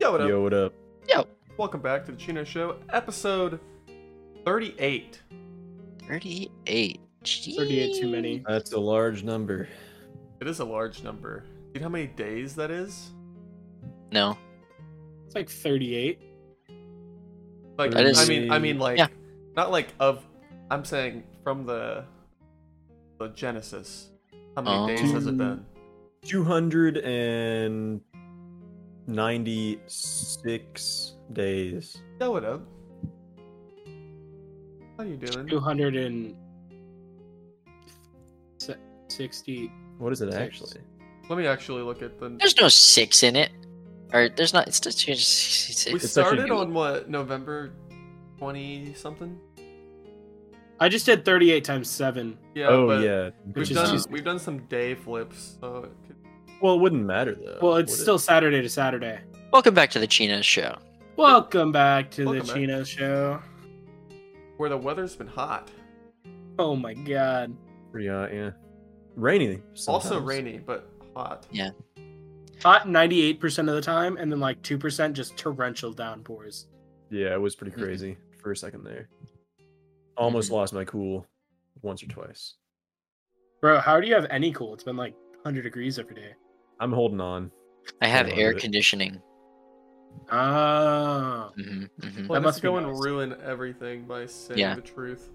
Yo, what up? Yo, what up? Welcome back to the Chino Show, episode 38. 38. 38 too many. That's a large number. It is a large number. Do you know how many days that is? No. It's like 38. Like, That I is- mean, I mean, like, Yeah. not like of. I'm saying from the the Genesis. How many Oh. days has it been? 296 days. Yo, what up? How you doing? 260. What is it Six. actually? Let me actually look at the. There's no six in it. Or there's not. It's just. It's just We it's- actually- started on what November twenty something. I just did 38 times 7. Yeah. oh but yeah. We've Which is done Tuesday. we've done some day flips. So it could, Well, it wouldn't matter though. Well, would it's it? still Saturday to Saturday. Welcome back to the Chino Show. Welcome back to Welcome the back. Chino Show. where the weather's been hot, Oh my god. pretty hot, yeah. Rainy. also sometimes. rainy but hot. Hot 98% of the time, and then like 2% just torrential downpours. Yeah, it was pretty Mhm. crazy for a second there. Almost Mhm. lost my cool once or twice. Bro, how do you have any cool? It's been like 100 degrees every day. I'm holding on. I have Yeah, air but- conditioning. Oh. hmm hmm Let us must be go and nice. ruin everything by saying Yeah. the truth.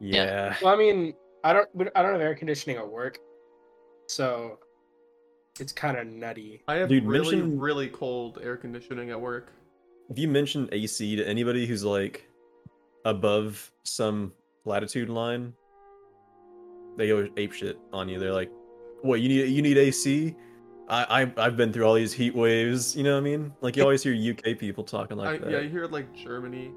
Yeah. Yeah. Well, I mean, I don't, we- I don't have air conditioning at work, so it's kind of nutty. I have Dude, really mention- really cold air conditioning at work. If you mention AC to anybody who's like above some latitude line, they go ape shit on you. They're like, "What you need? You need AC? I, I I've been through all these heat waves. You know what I mean? Like you always hear UK people talking like I, that. yeah, you hear like Germany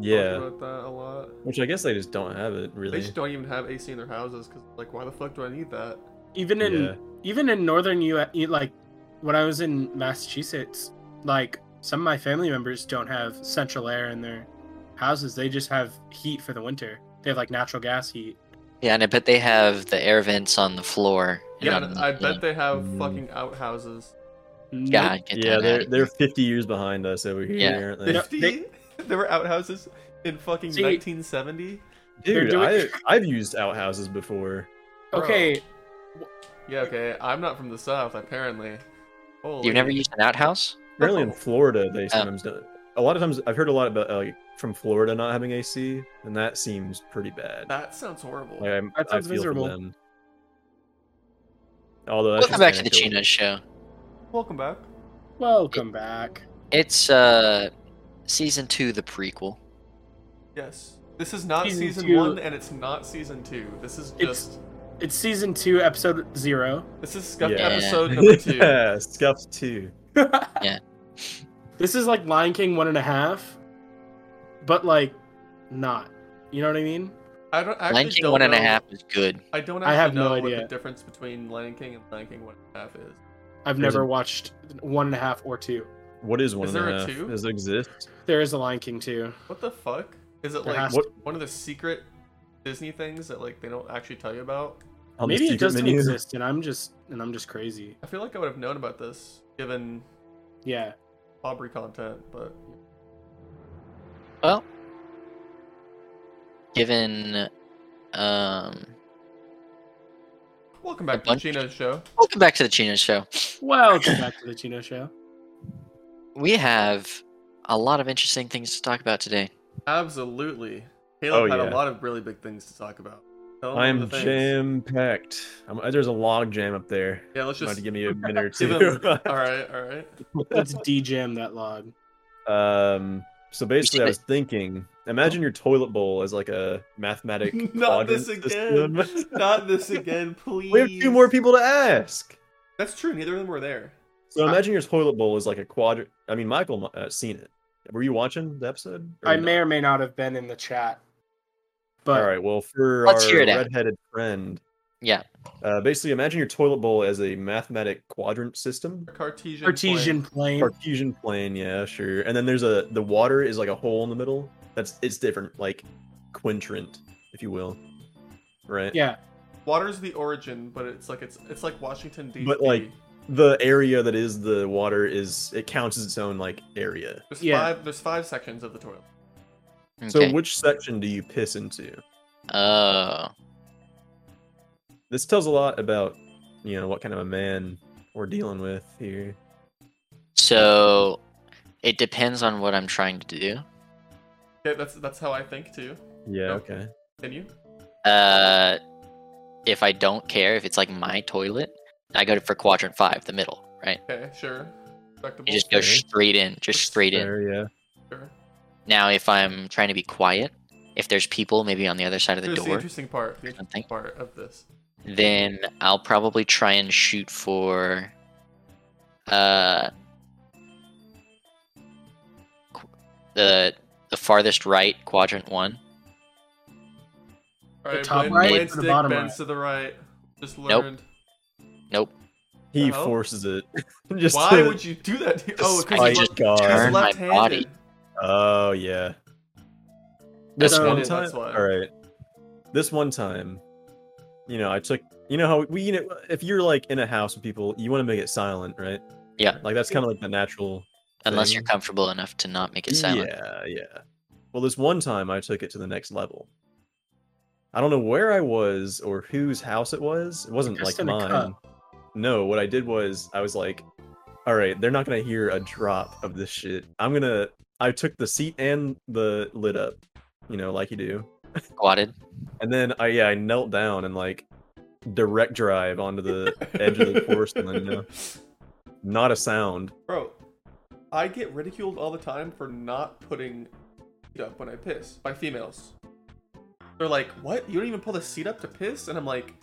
yeah, talk about that a lot. which I guess they just don't have it They really. just don't even have AC in their houses because like why the fuck do I need that? Even in Yeah. even in northern U, you- like when I was in Massachusetts, like some of my family members don't have central air in their houses. They just have heat for the winter. They have like natural gas heat. Yeah, and I bet they have the air vents on the floor. and Yeah, on and the- I bet they have Mm. fucking outhouses. Nope. God, get Yeah, that they're outta they're 50 years behind us over here. Yeah. Apparently. They don't- Fifty? there were outhouses in fucking See- 1970. Dude, They're doing- I I've used outhouses before. Bro. Okay, Yeah, okay. I'm not from the south, apparently. here. Holy. You've never used an outhouse? Apparently in Oh. Florida, they sometimes don't. A lot of times, I've heard a lot about uh, like from Florida not having AC, and that seems pretty bad. That sounds horrible. Like, I'm, That I sounds feel miserable. for them. Although that's just Welcome back to the anecdotal. Chino Show. Welcome back. welcome back. It's uh season two, the prequel. Yes. This is not Season season two. one, and it's not season two. This is It's- just. It's season two, episode zero. This is scuffed Yeah. episode number two. yeah, scuffed too. This is like Lion King one and a half, but like not. You know what I mean? I don't actually Lion King don't one and a know- half is good. I don't I actually have know no what the idea. difference between Lion King and Lion King one and a half is. I've There's never a- watched one and a half or two. What is one Is and there a a half? two? Does it exist? There is a Lion King too. What the fuck? Is it There like has What? one of the secret Disney things that like they don't actually tell you about? On Maybe the it secret doesn't menu? exist, and I'm just and I'm just crazy. I feel like I would have known about this given Yeah. Aubrey content, but Well, given um, welcome back A to bunch- Gina's show. welcome back to the Chino Show. Welcome back to the Chino Show. We have a lot of interesting things to talk about today. Absolutely. Caleb Oh, had yeah. a lot of really big things to talk about. Tell him the I am things. jam packed. uh, There's a log jam up there. Yeah, let's Might just give me a minute or give two. him. all right, all right. Let's de-jam that log. Um. So basically, I was thinking. Imagine your toilet bowl as like a mathematic. Not quadrant this again. system. Not this again, please. we have two more people to ask. That's true. Neither of them were there. So imagine your toilet bowl is like a quadrant. I mean, Michael mu- uh, seen it. Were you watching the episode? Or I not? may or may not have been in the chat, but All right. Well, for Let's our hear it out. redheaded friend. Yeah. Uh, basically, imagine your toilet bowl as a mathematic quadrant system. Cartesian. Cartesian plane. Cartesian plane, yeah, sure. And then there's a the water is like a hole in the middle. That's it's different, like quintrant, if you will. Right? Yeah. Water's the origin, but it's like it's it's like Washington D.C. But, like, the area that is the water is it counts as its own like area. There's Yeah. five. There's five sections of the toilet. So Okay. which section do you piss into? Oh. This tells a lot about you know what kind of a man we're dealing with here. So it depends on what I'm trying to do. Okay, that's that's how I think too. Yeah. Okay. Okay. Continue. Uh, if I don't care, if it's like my toilet, I go for quadrant five, the middle, right? Okay, sure. Respectable. You just go Okay. straight in, just That's straight in. Fair, yeah. Sure. Now, if I'm trying to be quiet, if there's people maybe on the other side of the Here's the door, interesting part. Here's the something, part of this. then I'll probably try and shoot for. Uh, qu- the the farthest right quadrant one. All right, top Blaine- right or Blaine's the dick bottom bends right? to the right. Just Nope. learned. Nope. He Uh-huh. forces it. just Why to- would you do that? To you? Just- Oh, I because just God. turn my left-handed. body. Oh yeah. That's This what one it- time. that's why. All right. This one time, you know, I took. You know how we, you know, if you're like in a house with people, you want to make it silent, right? Yeah. Like that's kind of like the natural. Unless you're thing. comfortable enough to not make it silent. Yeah, yeah. Well, this one time I took it to the next level. I don't know where I was or whose house it was. It wasn't Just like in a mine. cup. No, what I did was I was like, all right, they're not gonna hear a drop of this shit. I'm gonna I took the seat and the lid up, you know, like you do. Squatted. And then I yeah, I knelt down and like direct drive onto the edge of the porcelain, you know. Not a sound. Bro, I get ridiculed all the time for not putting seat up when I piss by females. They're like, "What? You don't even pull the seat up to piss?" And I'm like,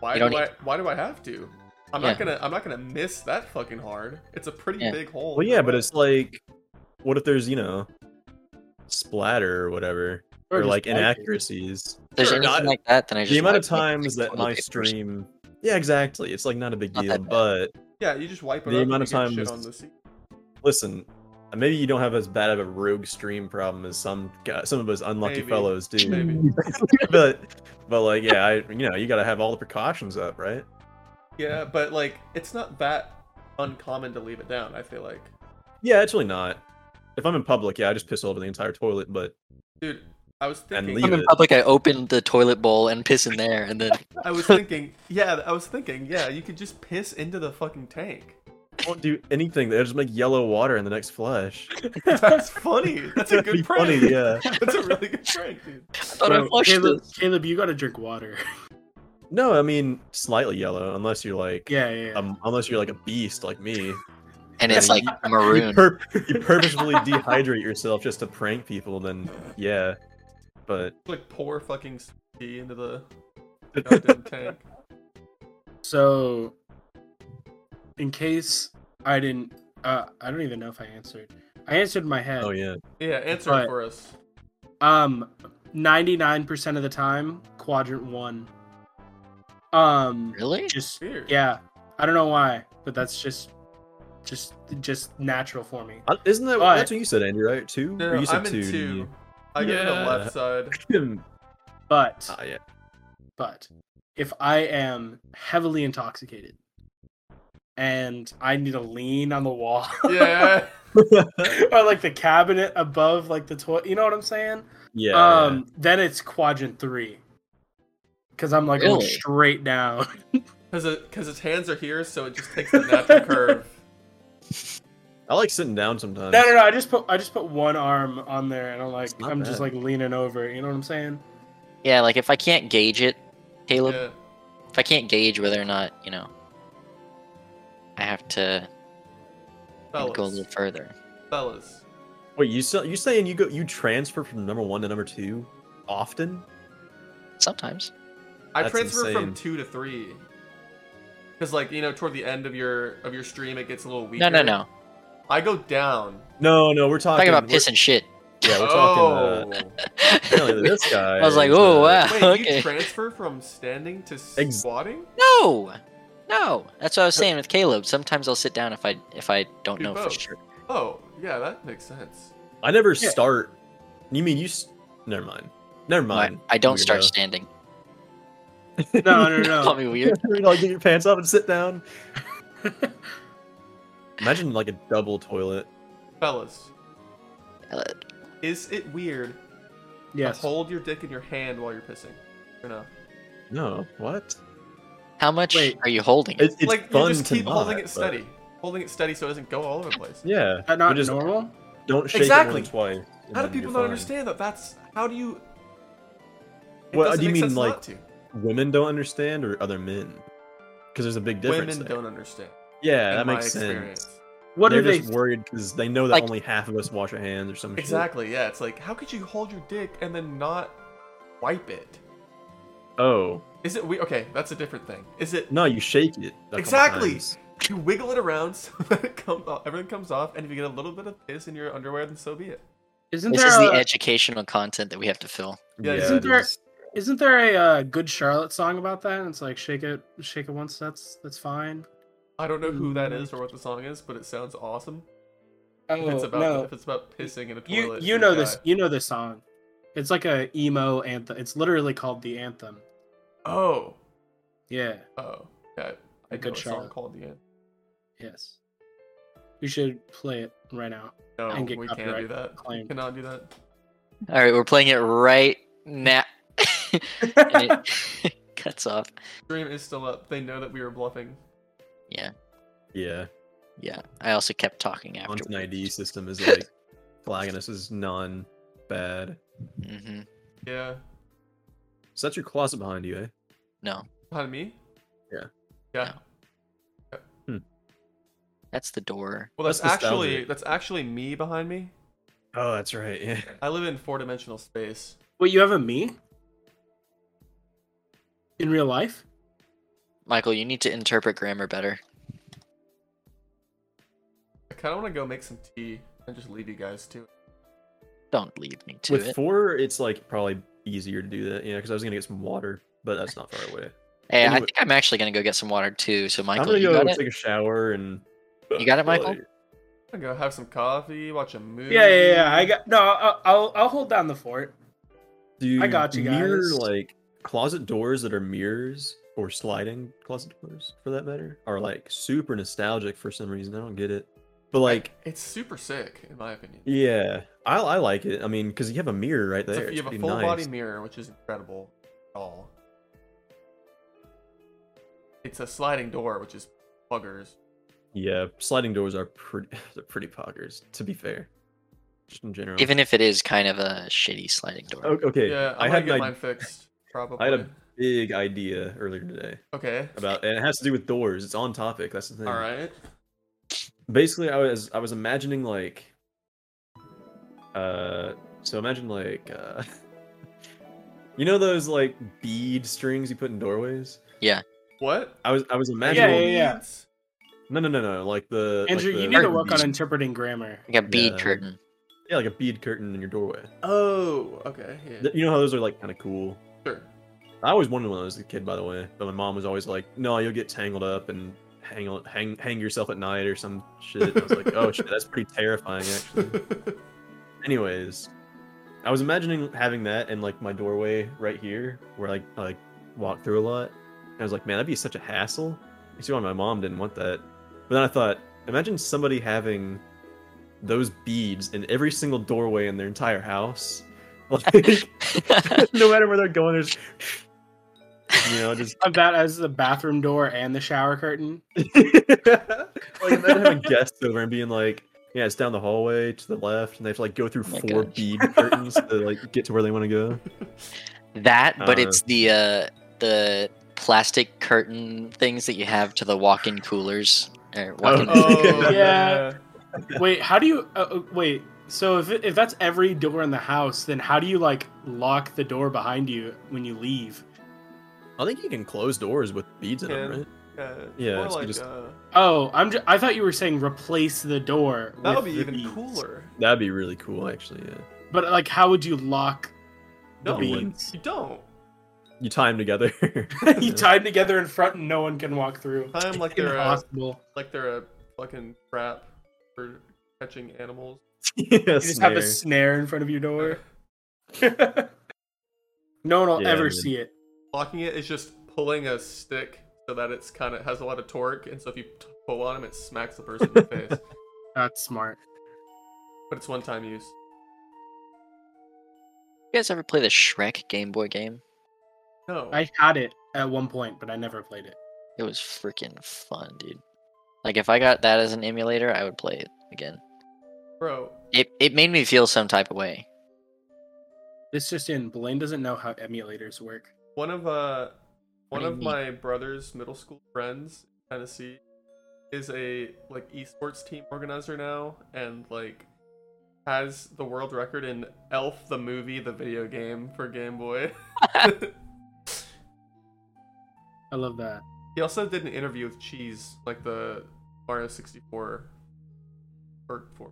"Why You do don't e-" I? Why do I have to? I'm Yeah. not gonna. I'm not gonna miss that fucking hard. It's a pretty Yeah. big hole." Well, yeah, but it's like, what if there's you know, splatter or whatever, or, just like wipe it. inaccuracies? If there's Sure, anything not- like that, then I just The amount of wipe my times that toilet my papers. stream, yeah, exactly. It's like not a big Not deal, that bad. but yeah, you just wipe it The up amount and of you get time shit is- on the seat. listen, maybe you don't have as bad of a rogue stream problem as some gu- some of us unlucky Maybe. fellows do. Maybe. but but like yeah, I you know you got to have all the precautions up, right? Yeah, but like, it's not that uncommon to leave it down. I feel like. Yeah, it's really not. If I'm in public, yeah, I just piss all over the entire toilet, but Dude, I was And thinking. leave I'm in it. public. I open the toilet bowl and piss in there, and then I was thinking. Yeah, I was thinking. Yeah, you could just piss into the fucking tank. I won't do anything. They'll just make yellow water in the next flush. That's funny. That's a That'd be good prank. funny, yeah. That's a really good prank, dude. I thought I Bro, flushed Caleb, this. Caleb, you gotta drink water. No, I mean slightly yellow, unless you're like yeah, yeah. yeah. um, unless you're like a beast like me. and it's like You, maroon. pur- you purposefully dehydrate yourself just to prank people, then yeah. But Like pour fucking tea into the goddamn tank. So, in case I didn't, uh, I don't even know if I answered. I answered in my head. oh yeah, Yeah, answer Alright. it for us. Um, ninety-nine percent of the time, quadrant one. Um, Really? just Weird. yeah. I don't know why, but that's just, just, just natural for me. Uh, isn't that Alright. that's what you said, Andy? Right? Two? No, Or you said I'm in two. two? I go to the Yeah. left side. didn't you? But, Ah, yeah. but, if I am heavily intoxicated, and I need to lean on the wall. Yeah. or like the cabinet above like the toilet you know what i'm saying Yeah. um then it's quadrant three because i'm like going Really? straight down Because his hands are here, so it just takes the natural curve. I like sitting down sometimes. no no no i just put i just put one arm on there and i'm like It's not i'm just like bad. leaning over you know what i'm saying Yeah, like if I can't gauge it, Caleb, Yeah. if I can't gauge whether or not you know, I have to go a Fellas. little further. Fellas. Wait, you sa- you saying you go you transfer from number one to number two often? Sometimes. I That's transfer from insane. two to three. Because like, you know, toward the end of your of your stream it gets a little weaker. No, no, no. I go down. No, no, we're talking, Talking about we're- pissing shit. Yeah, we're oh. talking. Uh, apparently this guy. I was like, is, oh uh, wow, Wait, okay. you transfer from standing to Ex- squatting? no, no. That's what I was saying with Caleb. Sometimes I'll sit down if I if I don't Do know for both. sure. Oh, yeah, that makes sense. I never Yeah. start. You mean you? S- Never mind. Never mind. I, I don't weirdo. start standing. no no no Call me weird. You're like, get your pants off and sit down. Imagine like a double toilet. Fellas, Uh, is it weird yes. to hold your dick in your hand while you're pissing? Or no? No, what? How much Wait. are you holding? it? It's, it's like you fun just to keep holding not, it but- steady, holding it steady so it doesn't go all over the place. Yeah, Is that not but just normal? Don't shake Exactly. it more than twice. and How do then people you're not fine. understand that? That's how do you? It Well, doesn't do you make mean, sense like, not to. Women don't understand, or other men? Because there's a big difference. women there. don't understand? Yeah, in that my makes sense. experience. What They're are they? just worried because they know that Like- only half of us wash our hands or some Exactly. Yeah, it's like how could you hold your dick and then not wipe it? shit. Oh, Is it we? Okay, that's a different thing. Is it no, you shake it. a couple Exactly. times. you wiggle it around so that it comes off, everything comes off, and if you get a little bit of piss in your underwear, then so be it. Isn't This there is the a, educational content that we have to fill. Yeah, Yeah, isn't it there- is. Isn't there a uh, good Charlotte song about that? It's like shake it, shake it once. That's that's fine. I don't know who that is or what the song is, but it sounds awesome. Oh if it's about no, if it's about pissing in a you toilet. you you're know a this. guy. You know this song. It's like a emo anthem. It's literally called the anthem. Oh, Yeah. oh, yeah. I A know good a song shot. called the end. Yes. You should play it right now. No, And get we can't do copyright that. Claim. Cannot do that. All right, we're playing it right now. and it cuts off. Stream is still up. They know that we were bluffing. yeah. Yeah, I also kept talking after. Content ID system is like flagging us as non bad. hmm Yeah. So that's your closet behind you, eh? No, Behind me? Yeah. Yeah. No. that's the door. Well, that's, That's actually nostalgic. that's actually me behind me. Oh, that's right. Yeah. I live in four dimensional space. Wait, you have a me? In real life? Michael, you need to interpret grammar better. I kind of want to go make some tea and just leave you guys to it. Don't lead me to With it. four, it's like probably easier to do that. Yeah, because I was gonna get some water, but that's not far away. Hey, Eh, I anyway- think I'm actually gonna go get some water too. So I'm Michael, gonna you go got it. take a shower and. You got it, Michael? I'm gonna go have some coffee, watch a movie. Yeah, yeah, yeah. I got no. I'll I'll, I'll hold down the fort. Do I got you mirror, guys. like closet doors that are mirrors or sliding closet doors for that matter are like super nostalgic for some reason. I don't get it, but like It's super sick, in my opinion. yeah, I, I like it. I mean, because you have a mirror right It's a- there. you It's have a pretty full nice. body mirror, which is incredible. At all. It's a sliding door, which is buggers. Yeah, sliding doors are pretty. They're pretty poggers, to be fair. Just in general. Even if it is kind of a shitty sliding door. O- okay, yeah, I I'm gonna had get an mine fixed. Probably. I had a big idea earlier today Okay. about, and it has to do with doors. It's on topic. That's the thing. All right. basically i was i was imagining like uh so imagine like uh you know those like bead strings you put in doorways What? i was i was Yeah, imagining yeah, yeah. Beads? no no no no like the like Andrew, the- you need to curtain work on bead- interpreting grammar. Like a bead Yeah. curtain. yeah like a bead curtain in your doorway Oh, okay. Yeah. Th- you know how those are like kind of cool Sure. i always wanted one when i was a kid by the way but my mom was always like no you'll get tangled up and hang on- hang hang yourself at night or some shit and i was like oh shit that's pretty terrifying actually anyways i was imagining having that in like my doorway right here where like i like walk through a lot and i was like man that'd be such a hassle you see why my mom didn't want that but then i thought imagine somebody having those beads in every single doorway in their entire house like no matter where they're going there's you know just Have that as the bathroom door and the shower curtain. like and then having guests over and being like, yeah, it's down the hallway to the left, and they have to like go through Oh my four gosh. bead curtains to like get to where they want to go. that, but Uh. it's the uh the plastic curtain things that you have to the walk-in coolers or walk-in Oh, Yeah. yeah. Wait, how do you? Uh, uh, wait. So if it- if that's every door in the house, then how do you like lock the door behind you when you leave? I think you can close doors with beads in them, Can. right? Yeah. Yeah, More so you like, just- uh, Oh, I'm. Ju- I thought you were saying replace the door. that would with be the even beads. cooler. That'd be really cool, actually. Yeah, But like, how would you lock the No, you wouldn't. beads? you don't. you tie them together. you tie them together in front, and no one can walk through. Time like they're a, Impossible. like they're a fucking trap for catching animals. yeah, You just have a snare in front of your door. no one will Yeah, ever man. see it. Locking it is just pulling a stick so that it's kind of has a lot of torque, and so if you t- pull on him, it smacks the person in the face. That's smart. But it's one time use. You guys ever play the Shrek Game Boy game? No. I had it at one point, but I never played it. It was freaking fun, dude. Like if I got that as an emulator, I would play it again. Bro, It it made me feel some type of way. This just in, Blaine doesn't know how emulators work. one of uh one What do you of mean? my brother's middle school friends in Tennessee is a like esports team organizer now and like has the world record in Elf the movie the video game for Game Boy. I love that. he also did an interview with Cheese like the Mario 64 or 4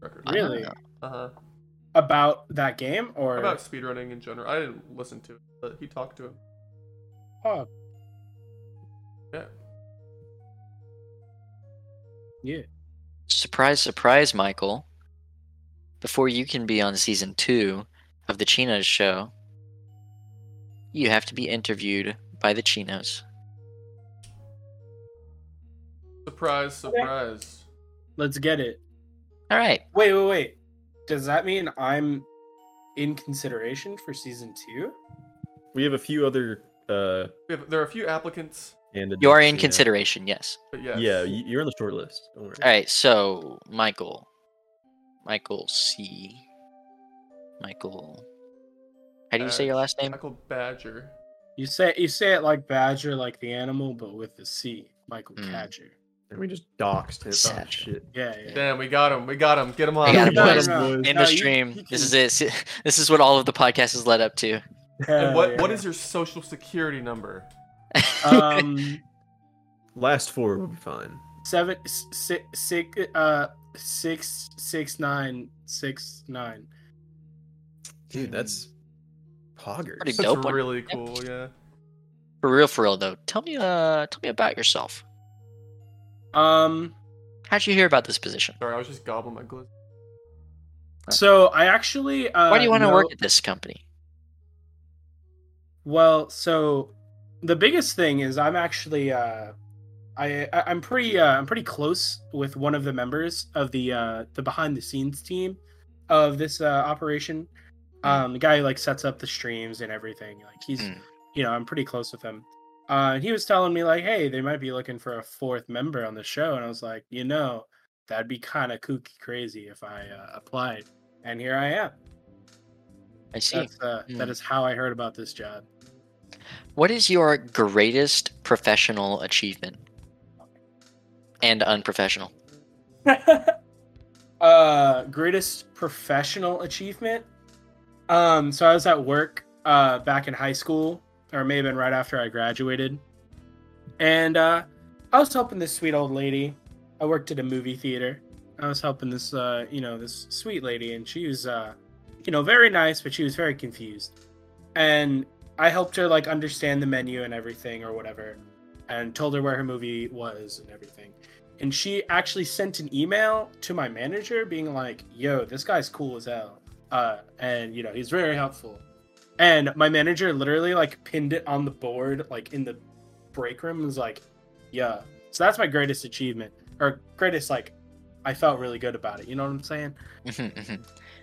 record. I don't Really? know. Uh-huh. About that game or About speedrunning in general. I didn't listen to it, but he talked to him. Oh. Yeah. Yeah. Surprise, surprise, Michael. Before you can be on season two of the Chinos show, you have to be interviewed by the Chinos. Surprise, Okay. surprise. Let's get it. All right. Wait, wait, wait. Does that mean I'm in consideration for season two? We have a few other uh We have, there are a few applicants, candidates. You are in yeah. consideration, yes. but yes. Yeah, you- you're on the short list. Don't worry. All right, so Michael. Michael C. Michael. How do you say your Badge. last Uh, name? Michael Badger. You say you say it like badger, like the animal, but with the C, Michael Mm. Cadger. And we just doxed him. Oh, Sad. shit. Yeah, yeah. Damn, we got him. We got him. Get him on. We got him, Get boys. him. In No, the you- stream. you This is it. See- This is what all of the podcast has led up to. And Hell what yeah. what is your social security number? um Last four will be fine. seven six six uh six six nine six nine? Dude, that's poggers. Pretty That's dope one. really cool. Yeah. for real, for real though. Tell me, uh, tell me about yourself. Um. How'd you hear about this position? Sorry, I was just gobbling my glue. So I actually. Uh, Why do you want to know- work at this company? Well, so the biggest thing is I'm actually uh, I I- I'm pretty uh, I'm pretty close with one of the members of the uh, the behind the scenes team of this uh, operation. Hmm. Um, the guy who like sets up the streams and everything. Like he's Mm. you know I'm pretty close with him. Uh, and he was telling me like, hey, they might be looking for a fourth member on the show, and I was like, you know, that'd be kind of kooky crazy if I uh, applied. And here I am. I see. That's, uh, That Mm. is how I heard about this job. What is your greatest professional achievement? And unprofessional. uh greatest professional achievement um so i was at work uh back in high school or maybe been right after i graduated and uh i was helping this sweet old lady i worked at a movie theater i was helping this uh you know this sweet lady and she was uh you know very nice but she was very confused and i helped her like understand the menu and everything or whatever and told her where her movie was and everything and she actually sent an email to my manager being like yo this guy's cool as hell uh, and you know he's very helpful and my manager literally like pinned it on the board like in the break room and was like yeah so that's my greatest achievement or greatest like i felt really good about it you know what i'm saying Mm-hmm,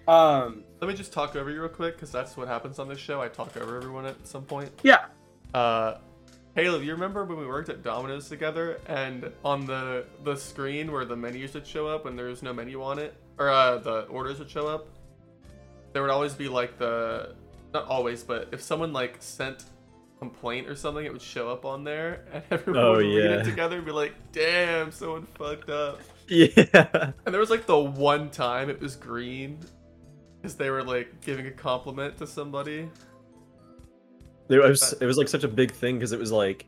um Let me just talk over you real quick, because that's what happens on this show. I talk over everyone at some point. yeah Uh, Caleb, you remember when we worked at Domino's together, and on the the screen where the menus would show up when there was no menu on it, or uh, the orders would show up, there would always be like the not always, but if someone like sent complaint or something, it would show up on there, and everyone Oh, would read yeah. it together and be like, "Damn, someone fucked up." Yeah. And there was like the one time it was green, because they were like giving a compliment to somebody. There was, it was like such a big thing because it was like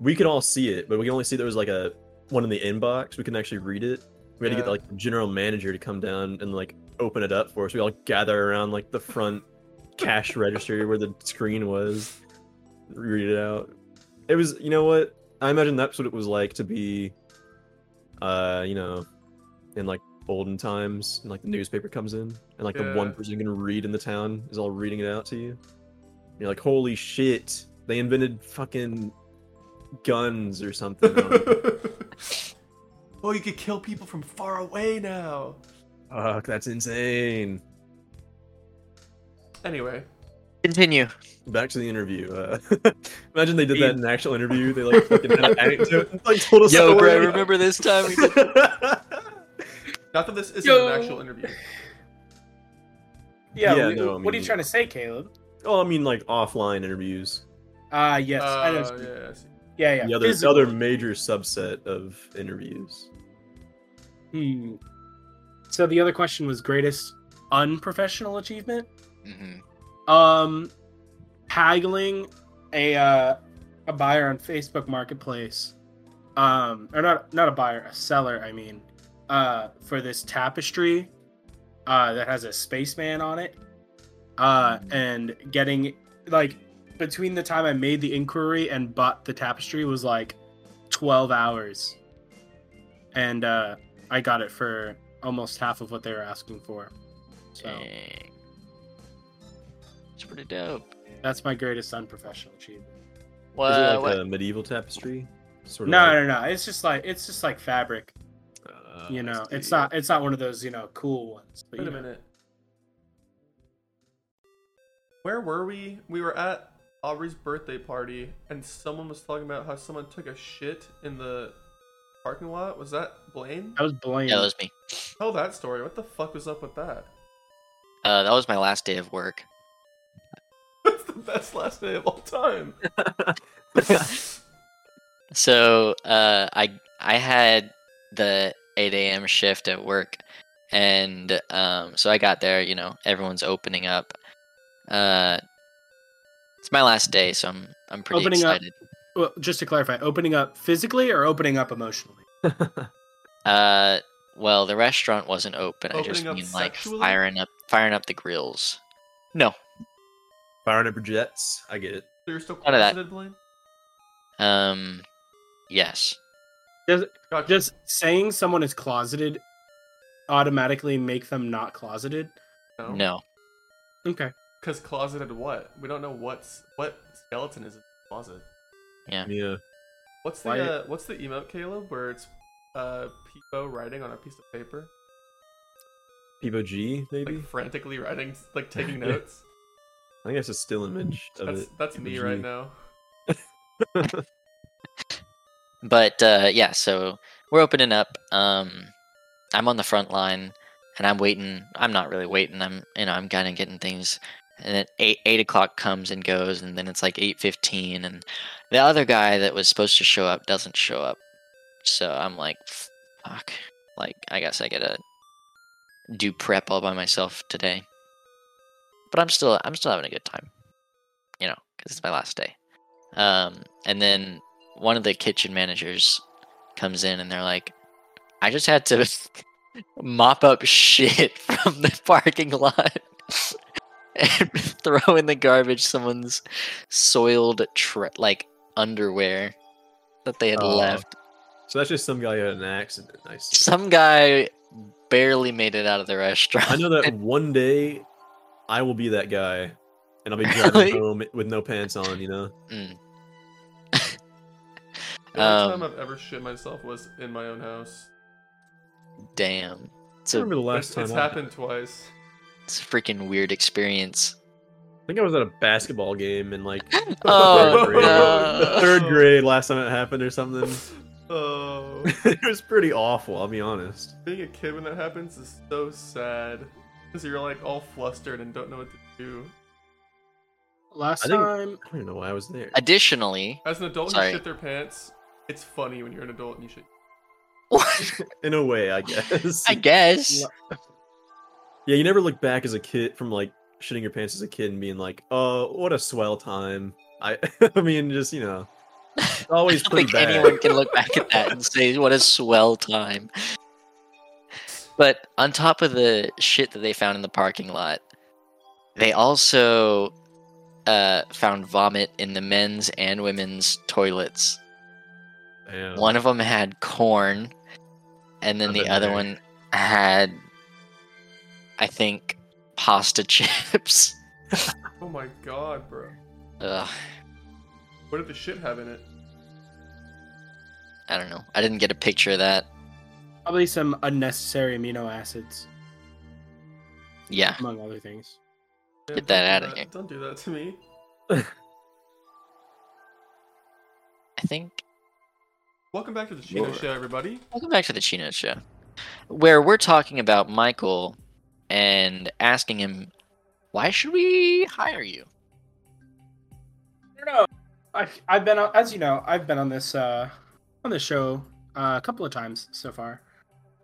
we could all see it, but we could only see there was like a one in the inbox. We couldn't actually read it. We had to Yeah. get like the general manager to come down and like open it up for us. We all gather around like the front cash register where the screen was, read it out. It was, you know what? I imagine that's what it was like to be, uh, you know, in like olden times, and like the newspaper comes in, and like the one Yeah. person who can read in the town is all reading it out to you. You're like, holy shit, they invented fucking guns or something. Oh, you could kill people from far away now. Fuck, that's insane. Anyway, Continue. Back to the interview. Uh, imagine they did that in an actual interview. They like fucking had an anecdote and like told us. Yo, how to bro, worry. remember this time we did not that this isn't Yo. an actual interview. Yeah. Yeah, we- no, I what are mean- you trying to say, Caleb? oh, I mean like offline interviews. Ah, yes. I know. Uh, what you- yeah, I see. Yeah, yeah. the other Physical. other major subset of interviews. Hmm. So the other question was greatest unprofessional achievement. Mhm. Um, haggling a uh, a buyer on Facebook Marketplace, um, or not not a buyer, a seller. I mean, uh, for this tapestry, uh, that has a spaceman on it, uh, and getting like between the time I made the inquiry and bought the tapestry was like twelve hours, and uh, I got it for almost half of what they were asking for. So. Dang. It's pretty dope. That's my greatest unprofessional achievement. Well, Is it like what? a medieval tapestry? Sort No, no, no. It's just like it's just like fabric. no. You know, it's not it's not one of those you know cool ones. But, Wait you a know. minute. Where were we? We were at Aubrey's birthday party, and someone was talking about how someone took a shit in the parking lot. Was that Blaine? That was blame. yeah, that was me. Tell that story. What the fuck was up with that? Uh, that was my last day of work. That's the best last day of all time. So uh, I I had the 8 a.m. shift at work, and um, so I got there. You know, everyone's opening up. Uh, it's my last day, so I'm I'm pretty Opening up. excited. well, just to clarify, opening up physically or opening up emotionally. Uh, well, the restaurant wasn't open. I just Opening up mean like sexually? firing up firing up the grills. No, Firing up your jets. I get it. You're still None of that. closeted, Blaine? um, yes. Gotcha. Just saying someone is closeted automatically make them not closeted. Oh. No. Okay. Because closeted what? We don't know what's what skeleton is in the closet. Yeah. What's the Why- uh, what's the emote, Caleb, where it's uh Peepo writing on a piece of paper? Peebo G, maybe? Like frantically writing like taking Yeah. notes. I think that's a still image of That's it. that's me right Gee. now. but uh, yeah, so we're opening up. Um, I'm on the front line, and I'm waiting. I'm not really waiting. I'm you know I'm kind of getting things, and then eight eight o'clock comes and goes, and then it's like eight fifteen, and the other guy that was supposed to show up doesn't show up. So I'm like, fuck. Like I guess I gotta do prep all by myself today. But I'm still I'm still having a good time, you know, because it's my last day. Um, and then one of the kitchen managers comes in and they're like, I just had to mop up shit from the parking lot and throw in the garbage someone's soiled, tra- like, underwear that they had Oh. left. So that's just some guy who had an accident. I see. Some guy barely made it out of the restaurant. I know that one day I will be that guy and I'll be Really? driving home with no pants on, you know? Mm. The only Um, time I've ever shit myself was in my own house. Damn. It's I a, remember the last it's, time it's I, happened twice. it's a freaking weird experience. I think I was at a basketball game in like Oh, Third grade. no. third grade last time it happened or something. Oh, it was pretty awful, I'll be honest. being a kid when that happens is so sad. Because you're like all flustered and don't know what to do. Last I think- time, I don't know why I was there. Additionally, As an adult, Sorry. you shit their pants. It's funny when you're an adult and you shit. In a way, I guess. I guess. Yeah, you never look back as a kid from like shitting your pants as a kid and being like, "Oh, what a swell time." I, I mean, just you know, it's always I don't pretty think bad. anyone can look back at that and say, "What a swell time." But on top of the shit that they found in the parking lot, they also uh, found vomit in the men's and women's toilets. Damn. One of them had corn, and Oh. then I've the been other there. one had, I think, pasta chips. Oh my god, bro. Ugh, What did the shit have in it? I don't know. I didn't get a picture of that. Probably some unnecessary amino acids, Yeah. among other things. Yeah, Get don't that do outta here. Don't do that to me. I think. Welcome back to the Chino Lord. Show, everybody. Welcome back to the Chino Show, where we're talking about Michael and asking him, why should we hire you? I don't know. I, I've been, on- as you know, I've been on this uh, on this show uh, a couple of times so far.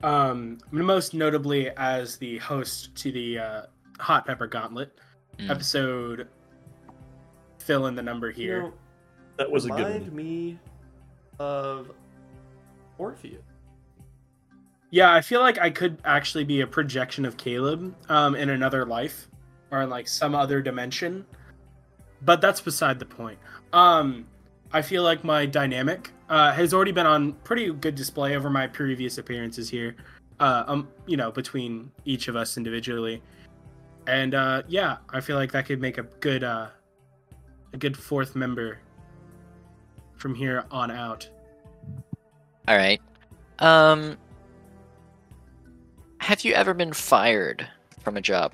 Um, most notably as the host to the uh, Hot Pepper Gauntlet Hmm. Mm. episode. Fill in the number here. You know, That was a good remind one. me of Orpheus. Yeah, I feel like I could actually be a projection of Caleb um, in another life or in like some other dimension. But that's beside the point. Um, I feel like my dynamic uh, has already been on pretty good display over my previous appearances here. Uh, um, you know, between each of us individually, and uh, yeah, I feel like that could make a good, uh, a good fourth member from here on out. All right. Um, have you ever been fired from a job?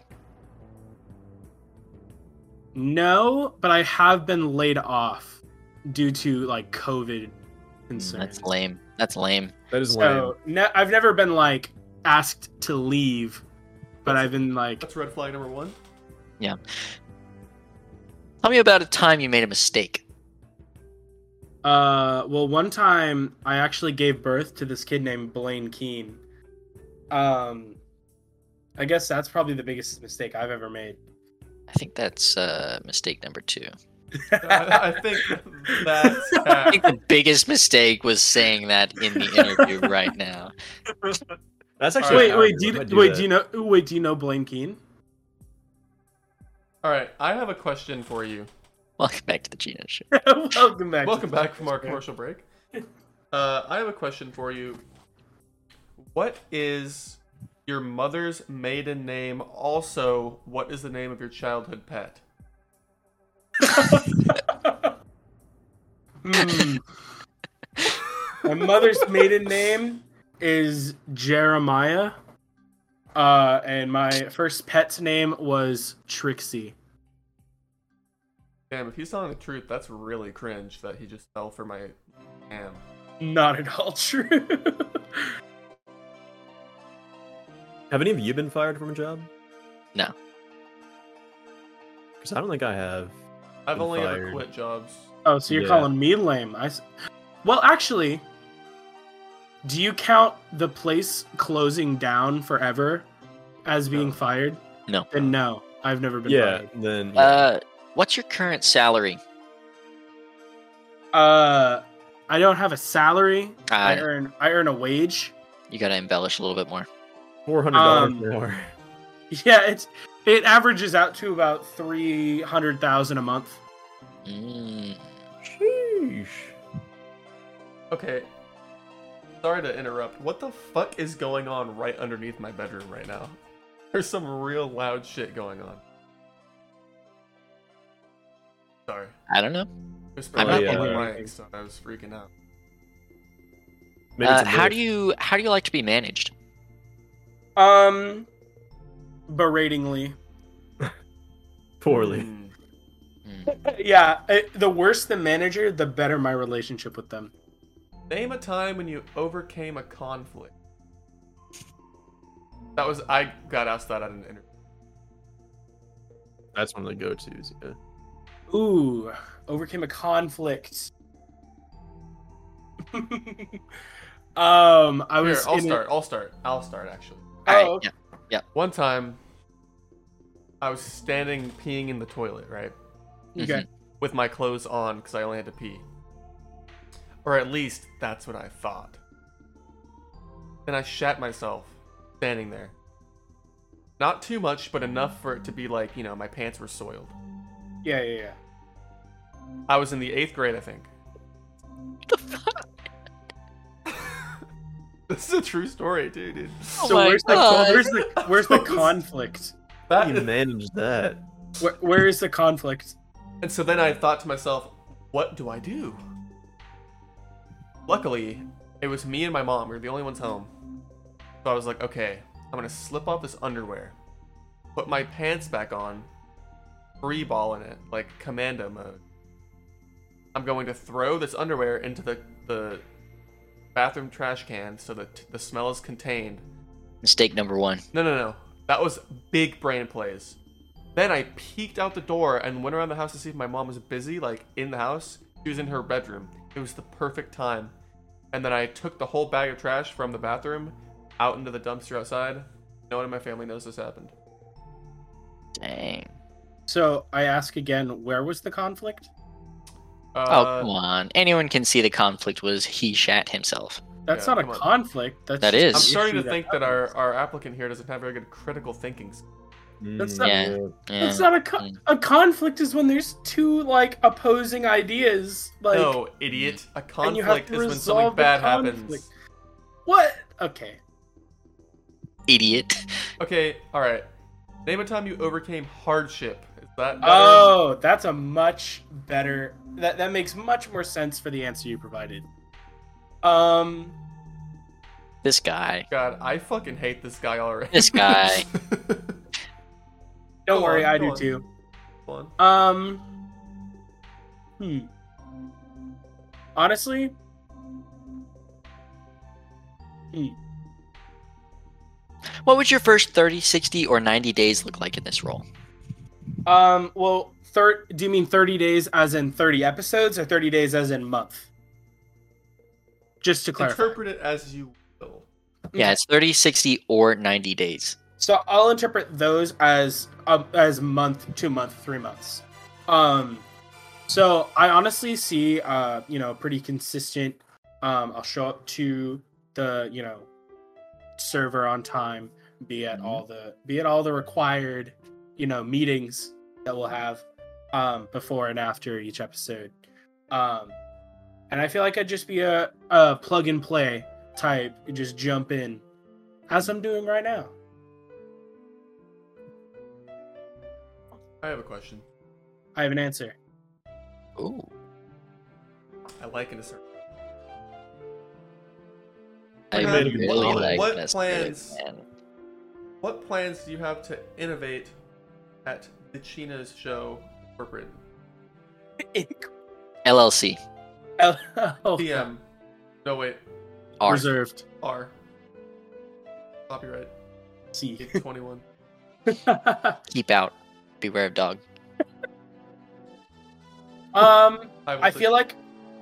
No, but I have been laid off due to like COVID Mm, concerns. That's lame. That's lame. That is lame. So no, I've never been like asked to leave, but I've been like That's red flag number one. Tell me about a time you made a mistake. Uh, well, one time I actually gave birth to this kid named Blaine Keen. Um, I guess that's probably the biggest mistake I've ever made. I think that's uh, mistake number two. I, I think that's I cat. think the biggest mistake was saying that in the interview right now. That's actually wait, a wait, power do move. you, I'd do wait, that. do you know? Wait, do you know Blaine Keen? All right, I have a question for you. Welcome back to the Gino Show. Welcome back. Welcome back from our commercial break. Uh, I have a question for you. What is your mother's maiden name? Also, what is the name of your childhood pet? Hmm. My mother's maiden name is Jeremiah. Uh, and my first pet's name was Trixie. Damn, if he's telling the truth, that's really cringe that he just fell for my damn. Not at all true. Have any of you been fired from a job? No. Because I don't think I have. I've Been only ever fired. quit jobs. oh, so you're Yeah. calling me lame? I. s- Well, actually, do you count the place closing down forever as being No. fired? No. Then no, I've never been Yeah. fired. Then Uh, what's your current salary? Uh, I don't have a salary. I Uh, earn I earn a wage. you gotta embellish a little bit more. four hundred dollars um, more. Yeah, it's it averages out to about three hundred thousand a month. Mm. Sheesh. Okay. Sorry to interrupt. What the fuck is going on right underneath my bedroom right now? There's some real loud shit going on. Sorry. I don't know. Whisper Oh, I'm like not on the aware. mic, so I was freaking out. Maybe Uh, it's a how myth. do you how do you like to be managed? Um, beratingly. poorly? Hmm. Oh. Mm. Yeah, it, the worse the manager, the better my relationship with them. Name a time when you overcame a conflict. That was I got asked that at an interview. That's one of the go-to's. Yeah. Ooh, overcame a conflict. um, I Here, was. I'll in a- start. I'll start. I'll start actually. Oh, Alright, yeah. One time, I was standing peeing in the toilet, right? Mm-hmm. okay. with my clothes on because I only had to pee. Or at least that's what I thought. Then I shat myself, standing there. Not too much, but enough for it to be like, you know, my pants were soiled. Yeah, yeah, yeah. I was in the eighth grade, I think. What the fuck? This is a true story, too, dude. Oh So my where's the, God. where's the where's the conflict? How That do you manage that? Where, where is the conflict? And so then I thought to myself, what do I do? Luckily, it was me and my mom. We were the only ones home. So I was like, okay, I'm gonna slip off this underwear, put my pants back on, free ball in it, like commando mode. I'm going to throw this underwear into the the bathroom trash can so that the smell is contained. Mistake number one. No, no, no. That was big brain plays. Then I peeked out the door and went around the house to see if my mom was busy, like in the house. She was in her bedroom. It was the perfect time. And then I took the whole bag of trash from the bathroom out into the dumpster outside. No one in my family knows this happened. Dang. So I ask again, where was the conflict? Oh, Uh, come on. Anyone can see the conflict was he shat himself. That's Yeah, not a come on. conflict. That's That just is. an I'm starting issue to think that our, happens. our applicant here doesn't have very good critical thinking. skills. That's not- Yeah. Yeah. That's not a co- a conflict. Is when there's two like opposing ideas. Like no, idiot. A and you have conflict to is when something resolve the bad conflict. happens. What? Okay. Idiot. Okay, all right. Name a time you overcame hardship. Is that better? Oh, that's a much better. That that makes much more sense for the answer you provided. Um, This guy. God, I fucking hate this guy already. This guy. don't Go worry, on, I go do on. too. Hold on. Um. Hmm. Honestly. Hmm. What would your first 30, 60, or 90 days look like in this role? Um. Well, thir- Do you mean thirty days, as in thirty episodes, or thirty days, as in month? Just to clarify. Interpret it as you will. Yeah, Okay. it's 30, 60, or 90 days. So I'll interpret those as uh, as month, two month, three months. Um, so I honestly see, uh, you know, pretty consistent. Um, I'll show up to the you know server on time, be at all the be at all the required you know meetings that we'll have um, before and after each episode. Um, and I feel like I'd just be a, a plug and play type, just jump in, as I'm doing right now. I have a question. I have an answer. Ooh. I like an assert. I Okay. really What- like what this plans- man. What plans do you have to innovate at the China's show incorporated? LLC. oh, PM. No wait. R. reserved. R. Copyright. C. Gate 21. Keep out. Beware of dog. um, will I take- feel like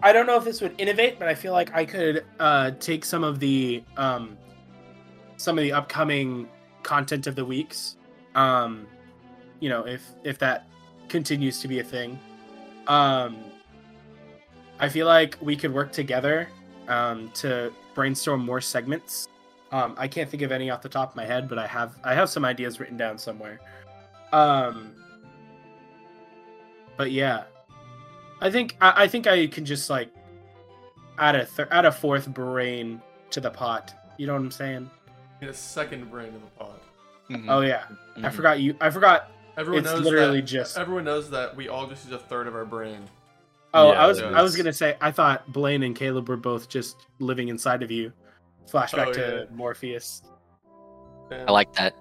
I don't know if this would innovate, but I feel like I could uh, take some of the um, some of the upcoming content of the weeks. Um, you know, if if that continues to be a thing, um, I feel like we could work together um, to brainstorm more segments. Um, I can't think of any off the top of my head, but I have I have some ideas written down somewhere. Um, but yeah, I think I, I think I can just like add a th- add a fourth brain to the pot. You know what I'm saying? Need a second brain in the pod. Oh yeah, I Mhm. forgot you. I forgot. Everyone It's knows literally that, just- everyone knows that we all just use a third of our brain. Oh, Yeah, I was yeah, I was it's- gonna say I thought Blaine and Caleb were both just living inside of you. Flashback Oh, to Morpheus. Damn. I like that.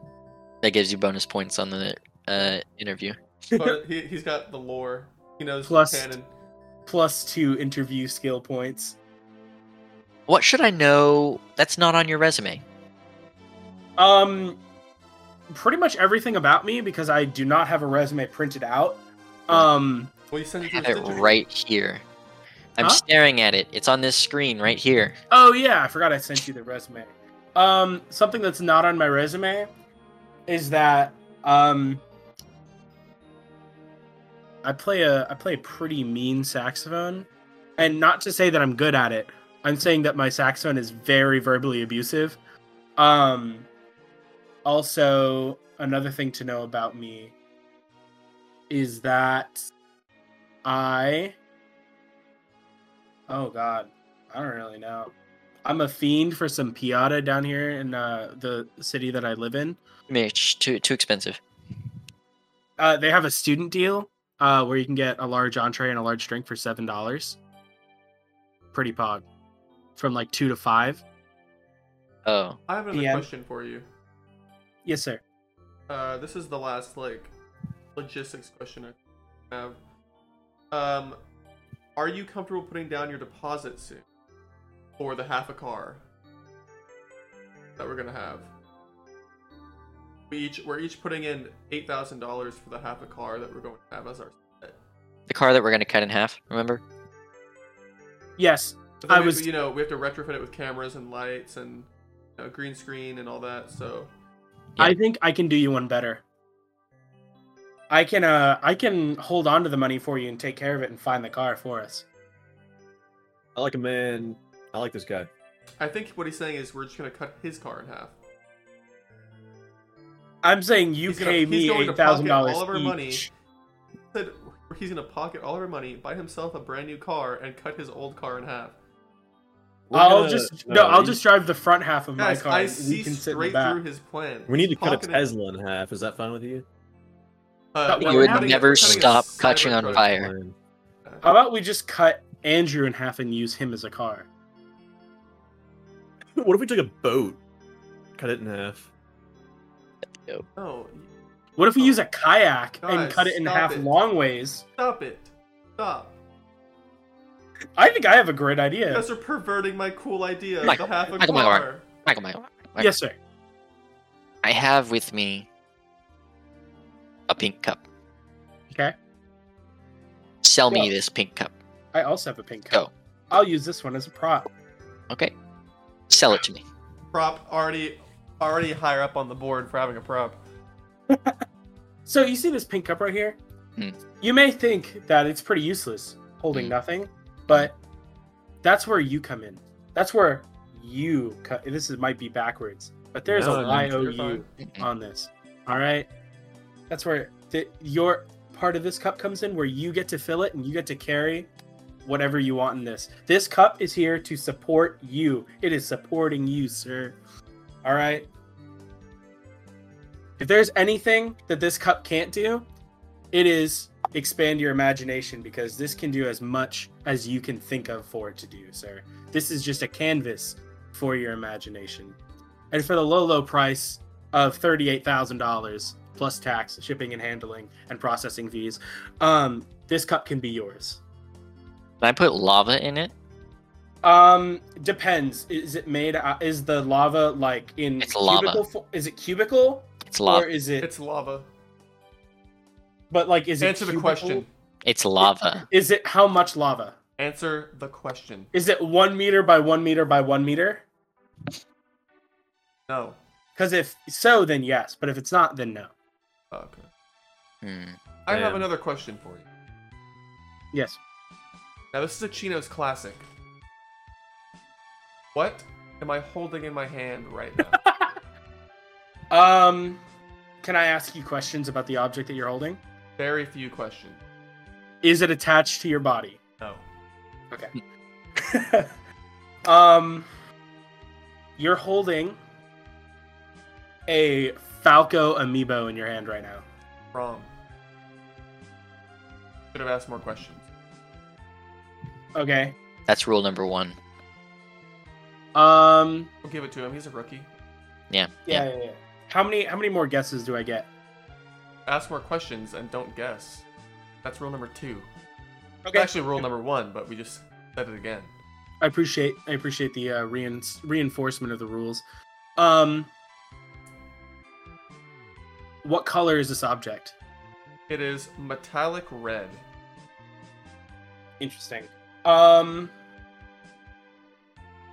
That gives you bonus points on the uh, interview. But he, he's got the lore. He knows the Plus- canon. Plus two interview skill points. What should I know that's not on your resume? Um, pretty much everything about me because I do not have a resume printed out. Um, Well, you send it I to his have it digital- right here. I'm Huh? staring at it. It's on this screen right here. Oh yeah, I forgot I sent you the resume. Um, something that's not on my resume is that um, I play a I play a pretty mean saxophone, and not to say that I'm good at it. I'm saying that my saxophone is very verbally abusive. Um, also, another thing to know about me is that I oh god, I don't really know. I'm a fiend for some piata down here in uh, the city that I live in. Mitch, too too expensive. Uh, they have a student deal uh, where you can get a large entree and a large drink for seven dollars. Pretty pog, from like two to five. Oh, I have another PM. question for you. Yes, sir. Uh, this is the last like logistics question I have. Um, are you comfortable putting down your deposit soon for the half a car that we're gonna have? We each we're each putting in eight thousand dollars for the half a car that we're going to have as our. the car that we're gonna cut in half. Remember? Yes. But then I we- was- you know, we have to retrofit it with cameras and lights and you know, green screen and all that. So I think I can do you one better. I can uh I can hold on to the money for you and take care of it and find the car for us. I like a man. I like this guy. I think what he's saying is we're just gonna cut his car in half. I'm saying you He's gonna- pay he's me going to eight pocket thousand dollars all of our each. money. said he's gonna pocket all of our money, buy himself a brand new car, and cut his old car in half. We're I'll gonna- uh, just no, I'll we- just drive the front half of my Guys, car. I and see you can sit in the straight back. through his plan. We need to cut a Pocketing- Tesla in half. Is that fine with you? Uh, You no, would we're cutting a- never we're cutting a Uh, stop cyber catching on truck. fire. Fine. How about we just cut Andrew in half and use him as a car? What if we took a boat, cut it in half? No, you- What if we use a kayak Guys, and cut it in Oh, stop half it. long ways? stop it. Stop. I think I have a great You idea. guys are perverting my cool idea. Michael, the half a Michael, Michael, car. Michael, Michael. Michael. Yes, sir. I have with me a pink cup. Okay. Sell me Yeah. this pink cup. I also have a pink Go. cup. I'll use this one as a prop. Okay. Sell it to me. Prop already, already higher up on the board for having a prop. So you see this pink cup right here? Hmm. You may think that it's pretty useless, holding Hmm. nothing, but that's where you come in. That's where you cut. This is, might be backwards, but there's No, a no, Y O you're U fine. Mhm. on this. All right, that's where the, your part of this cup comes in, where you get to fill it and you get to carry whatever you want in this. This cup is here to support you. It is supporting you, sir. All right. If there's anything that this cup can't do, it is expand your imagination because this can do as much as you can think of for it to do, sir. This is just a canvas for your imagination. And for the low, low price of $38,000 plus tax, shipping and handling, and processing fees, um, this cup can be yours. Can I put lava in it? Um, depends. Is it made? Uh, is the lava like in It's lava. cubicle? fo- Is it cubicle It's lava. or is it? It's lava. but like, is it Answer the cubicle? question. It's lava. Is it how much lava? Answer the question. Is it one meter by one meter by one meter? No. Because if so, then yes. But if it's not, then no. Oh, okay. Hmm. I have Damn. another question for you. Yes. Now this is a Chino's classic. What am I holding in my hand right now? Um, can I ask you questions about the object that you're holding? Very few questions. Is it attached to your body? No. um, you're holding a Falco amiibo in your hand right now. Wrong. Should have asked more questions. Okay. That's rule number one. Um. We'll give it to him. He's a rookie. Yeah. Yeah. yeah. yeah. How many? How many more guesses do I get? Ask more questions and don't guess. That's rule number two. It's Okay. Actually, rule number one, but we just said it again. I appreciate I appreciate the uh, rein- reinforcement of the rules. Um, what color is this object? It is metallic red. Interesting. Um,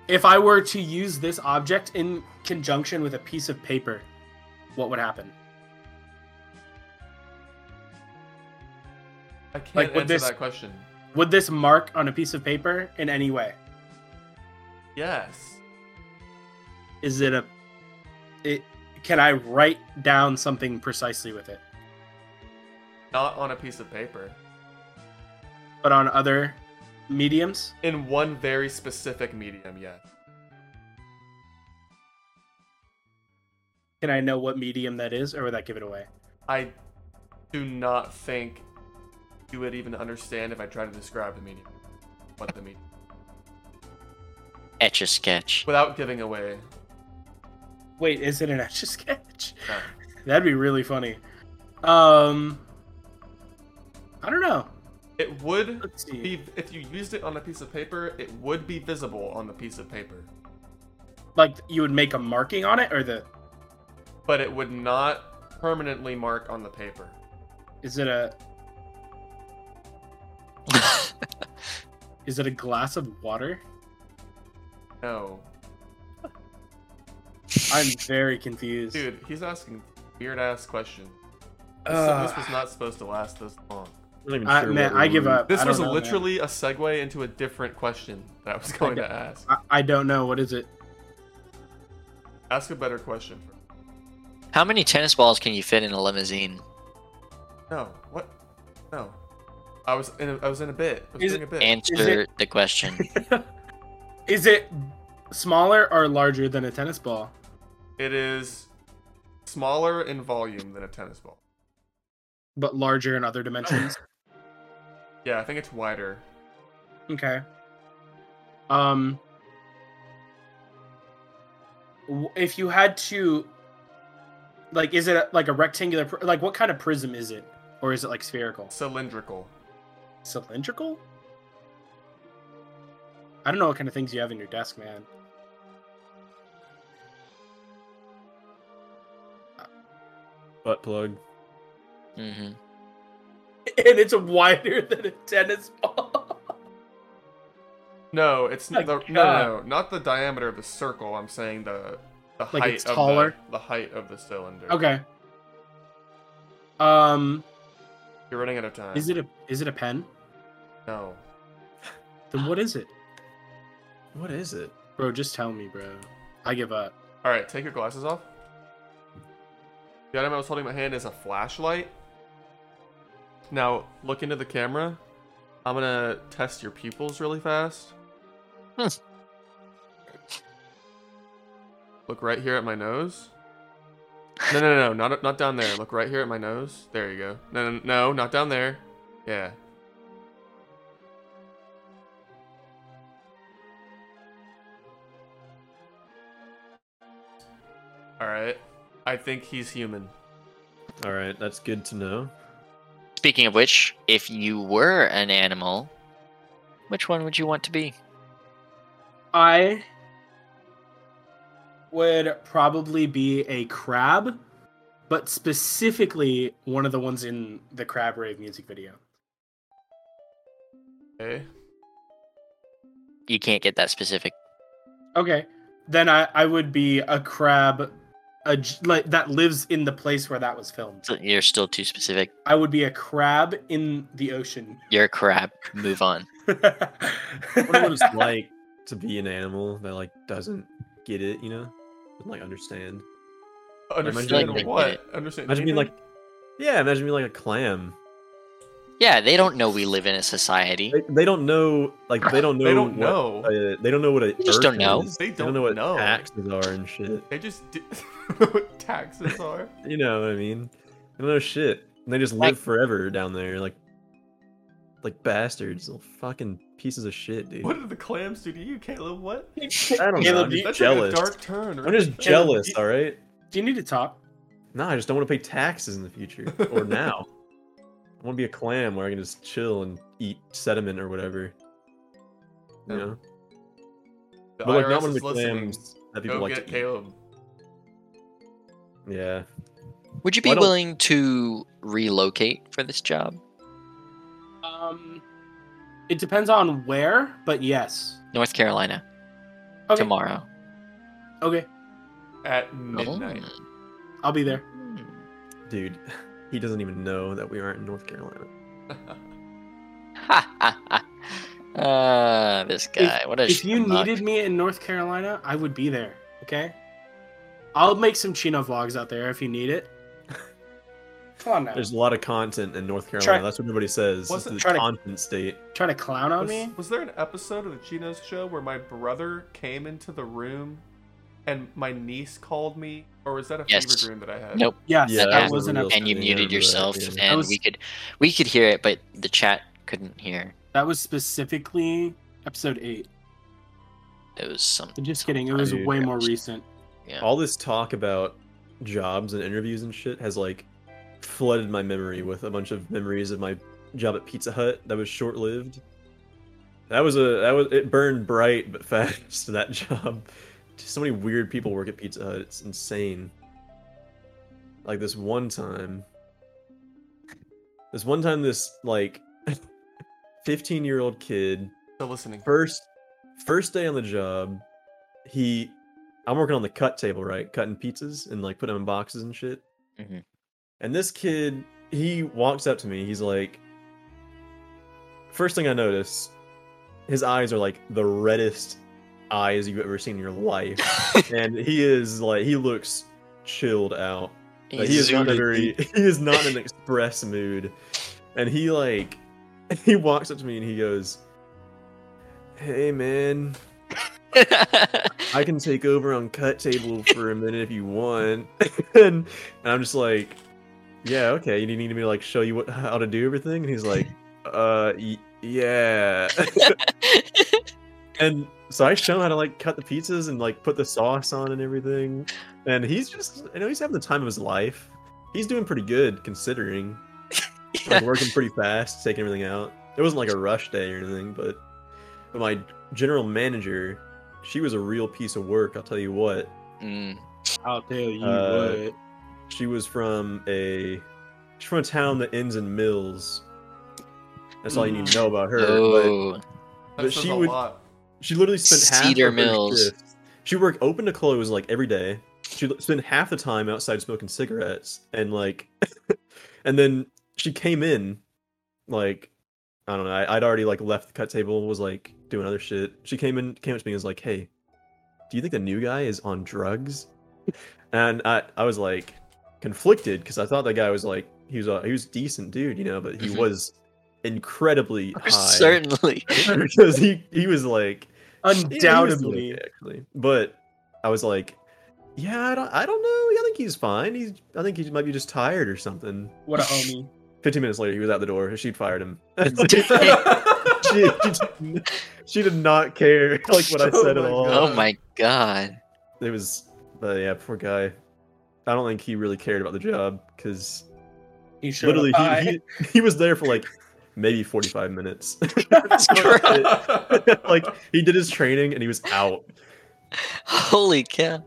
if I were to use this object in conjunction with a piece of paper, what would happen? I can't Like, would answer this- that question. Would this mark on a piece of paper in any way? Yes. Is it a? It can I write down something precisely with it, Not on a piece of paper. but on other mediums? In one very specific medium, yes. Can I know what medium that is, or would that give it away? I do not think you would even understand if I tried to describe the medium. What the medium. Etch a sketch. Without giving away Wait, is it an etch a sketch? No. That'd be really funny. Um, I don't know. It would Let's see. be if you used it on a piece of paper, it would be visible on the piece of paper, Like you would make a marking on it, or the but it would not permanently mark on the paper. is it a is it a glass of water? No, I'm very confused. dude, he's asking weird ass questions. This, Ugh. this was not supposed to last this long. I'm not even I- sure man, what I give we're- up. This I don't was know, man. literally a segue into a different question that I was going to ask. I, I don't know what is it. Ask a better question. How many tennis balls can you fit in a limousine? No, what? No, I was in a, I was in a bit. I was Is doing a bit. Answer the question. Is it smaller or larger than a tennis ball? It is smaller in volume than a tennis ball. but larger in other dimensions. Yeah, I think it's wider. okay. Um w- if you had to like is it a- like a rectangular pr- like what kind of prism is it or is it like spherical? Cylindrical. Cylindrical? I don't know what kind of things you have in your desk, man. butt plug. hmm And it's wider than a tennis ball. No, it's My the, no, no, no, God. not the diameter of the circle. I'm saying the the Like height it's of taller? The, the height of the cylinder. okay. Um You're running out of Uh, time. is it a is it a pen? No. Then what is it? What is it? Bro, just tell me, bro. I give up. All right, take your glasses off. The item I was holding in my hand is a flashlight. Now look into the camera. I'm gonna test your pupils really fast. Hmm. Look right here at my nose. No, no, no, no, not not down there. Look right here at my nose. There you go. No, no, no, not down there. Yeah. All right. I think he's human. All right, that's good to know. Speaking of which, if you were an animal, which one would you want to be? I would probably be a crab, but specifically one of the ones in the Crab Rave music video. Okay. You can't get that specific. Okay. Then I, I would be a crab a, j- like that lives in the place where that was filmed. You're still too specific. I would be a crab in the ocean. You're a crab. Move on. I wonder what it's like to be an animal that like doesn't get it, you know, doesn't like understand. Understand like they get what? Understand. Imagine being anything? like, yeah, imagine being like a clam. Yeah, they don't know we live in a society. They, they don't know, like they don't know. They don't what, know. uh, they don't know what a. just don't earth know. is. They They don't don't know what know. taxes are and shit. They just do- what taxes are. You know what I mean? They don't know shit. And they just live Like- forever down there, like, like bastards, little fucking pieces of shit, dude. What did the clams do to you, Caleb? What? I don't know. Caleb, I'm do you- just That's jealous. like a dark turn. I'm just jealous. All right. Do you need to talk? No, I just don't want to pay taxes in the future or now. I want to be a clam where I can just chill and eat sediment or whatever. You Yeah. know, The but like IRS not one of the is listening. clams that people Go like get to eat. Caleb. Yeah, Would you Why be don't- willing to relocate for this job? Um, it depends on where, but yes. North Carolina Okay. tomorrow. Okay. Oh. At midnight. I'll be there. Mm. dude, he doesn't even know that we aren't in North Carolina. Ha, ha, ha. Ah, this guy. what a if you schmuck. needed me in North Carolina, I would be there. Okay. I'll make some Chino vlogs out there if you need it. Come on now. There's a lot of content in North Carolina. Try- That's what everybody says. It's Wasn't- the try to- content state. Trying to clown on me? Was, was there an episode of the Chinos show where my brother came into the room and my niece called me? Or was that a Yes. fever dream that I had? Nope. Yes, Yeah, that that was an was a ep- real- and you Yeah, I muted remember that, yourself, yeah. and was- we could we could hear it, but the chat couldn't hear. that was specifically episode eight. It was something. Just kidding, it was Dude. way more recent. Yeah. all this talk about jobs and interviews and shit has like flooded my memory with a bunch of memories of my job at Pizza Hut that was short lived. That was a that was it burned bright but fast that job. Just so many weird people work at Pizza Hut. It's insane. Like this one time, this one time, this like fifteen year old kid Still listening. first first day on the job, he I'm working on the cut table, right? Cutting pizzas and like putting them in boxes and shit. Mhm. And this kid, he walks up to me. He's like, first thing I notice, his eyes are like the reddest eyes you've ever seen in your life, and he is like he looks chilled out. Like, he is not a very he is not in an express mood. And he like he walks up to me and he goes, Hey man, I can take over on cut table for a minute if you want. and, and I'm just like, Yeah, okay, you need me to like show you what how to do everything? And he's like, uh y- yeah. and so I show him how to like cut the pizzas and like put the sauce on and everything. And he's just, you know, he's having the time of his life. He's doing pretty good considering. Yeah. Like working pretty fast, taking everything out. It wasn't like a rush day or anything, but, but my general manager, she was a real piece of work. I'll tell you what. Mm, I'll tell you Uh, what. She was from a, she's from a town that ends in mills. That's all you need to know about her. but- Mm. oh, That but says she a would- lot. She literally spent Cedar half of her Mills. shifts- She worked open to close like every day. She l- spent half the time outside smoking cigarettes and like, and then she came in, like, I don't know. I, I'd already like left the cut table, was like doing other shit. She came in, came up to me and was like, "Hey, do you think the new guy is on drugs?" And I, I was like conflicted because I thought that guy was like he was a he was a decent dude, you know, but he Mhm. was incredibly high certainly. because he he was like yeah, he was doing Undoubtedly. okay, actually. But I was like, yeah, I don't, I don't know. I think he's fine. He's, I think he might be just tired or something. What a homie. 15 minutes later, he was out the door. She'd fired him. That's she, she, did- she did not care like what I Oh said my at all. God. Oh my god. It was, but yeah, poor guy. I don't think he really cared about the job because He showed literally up Uh, high. he, he, he was there for like maybe 45 minutes. like he did his training and he was out. Holy cow.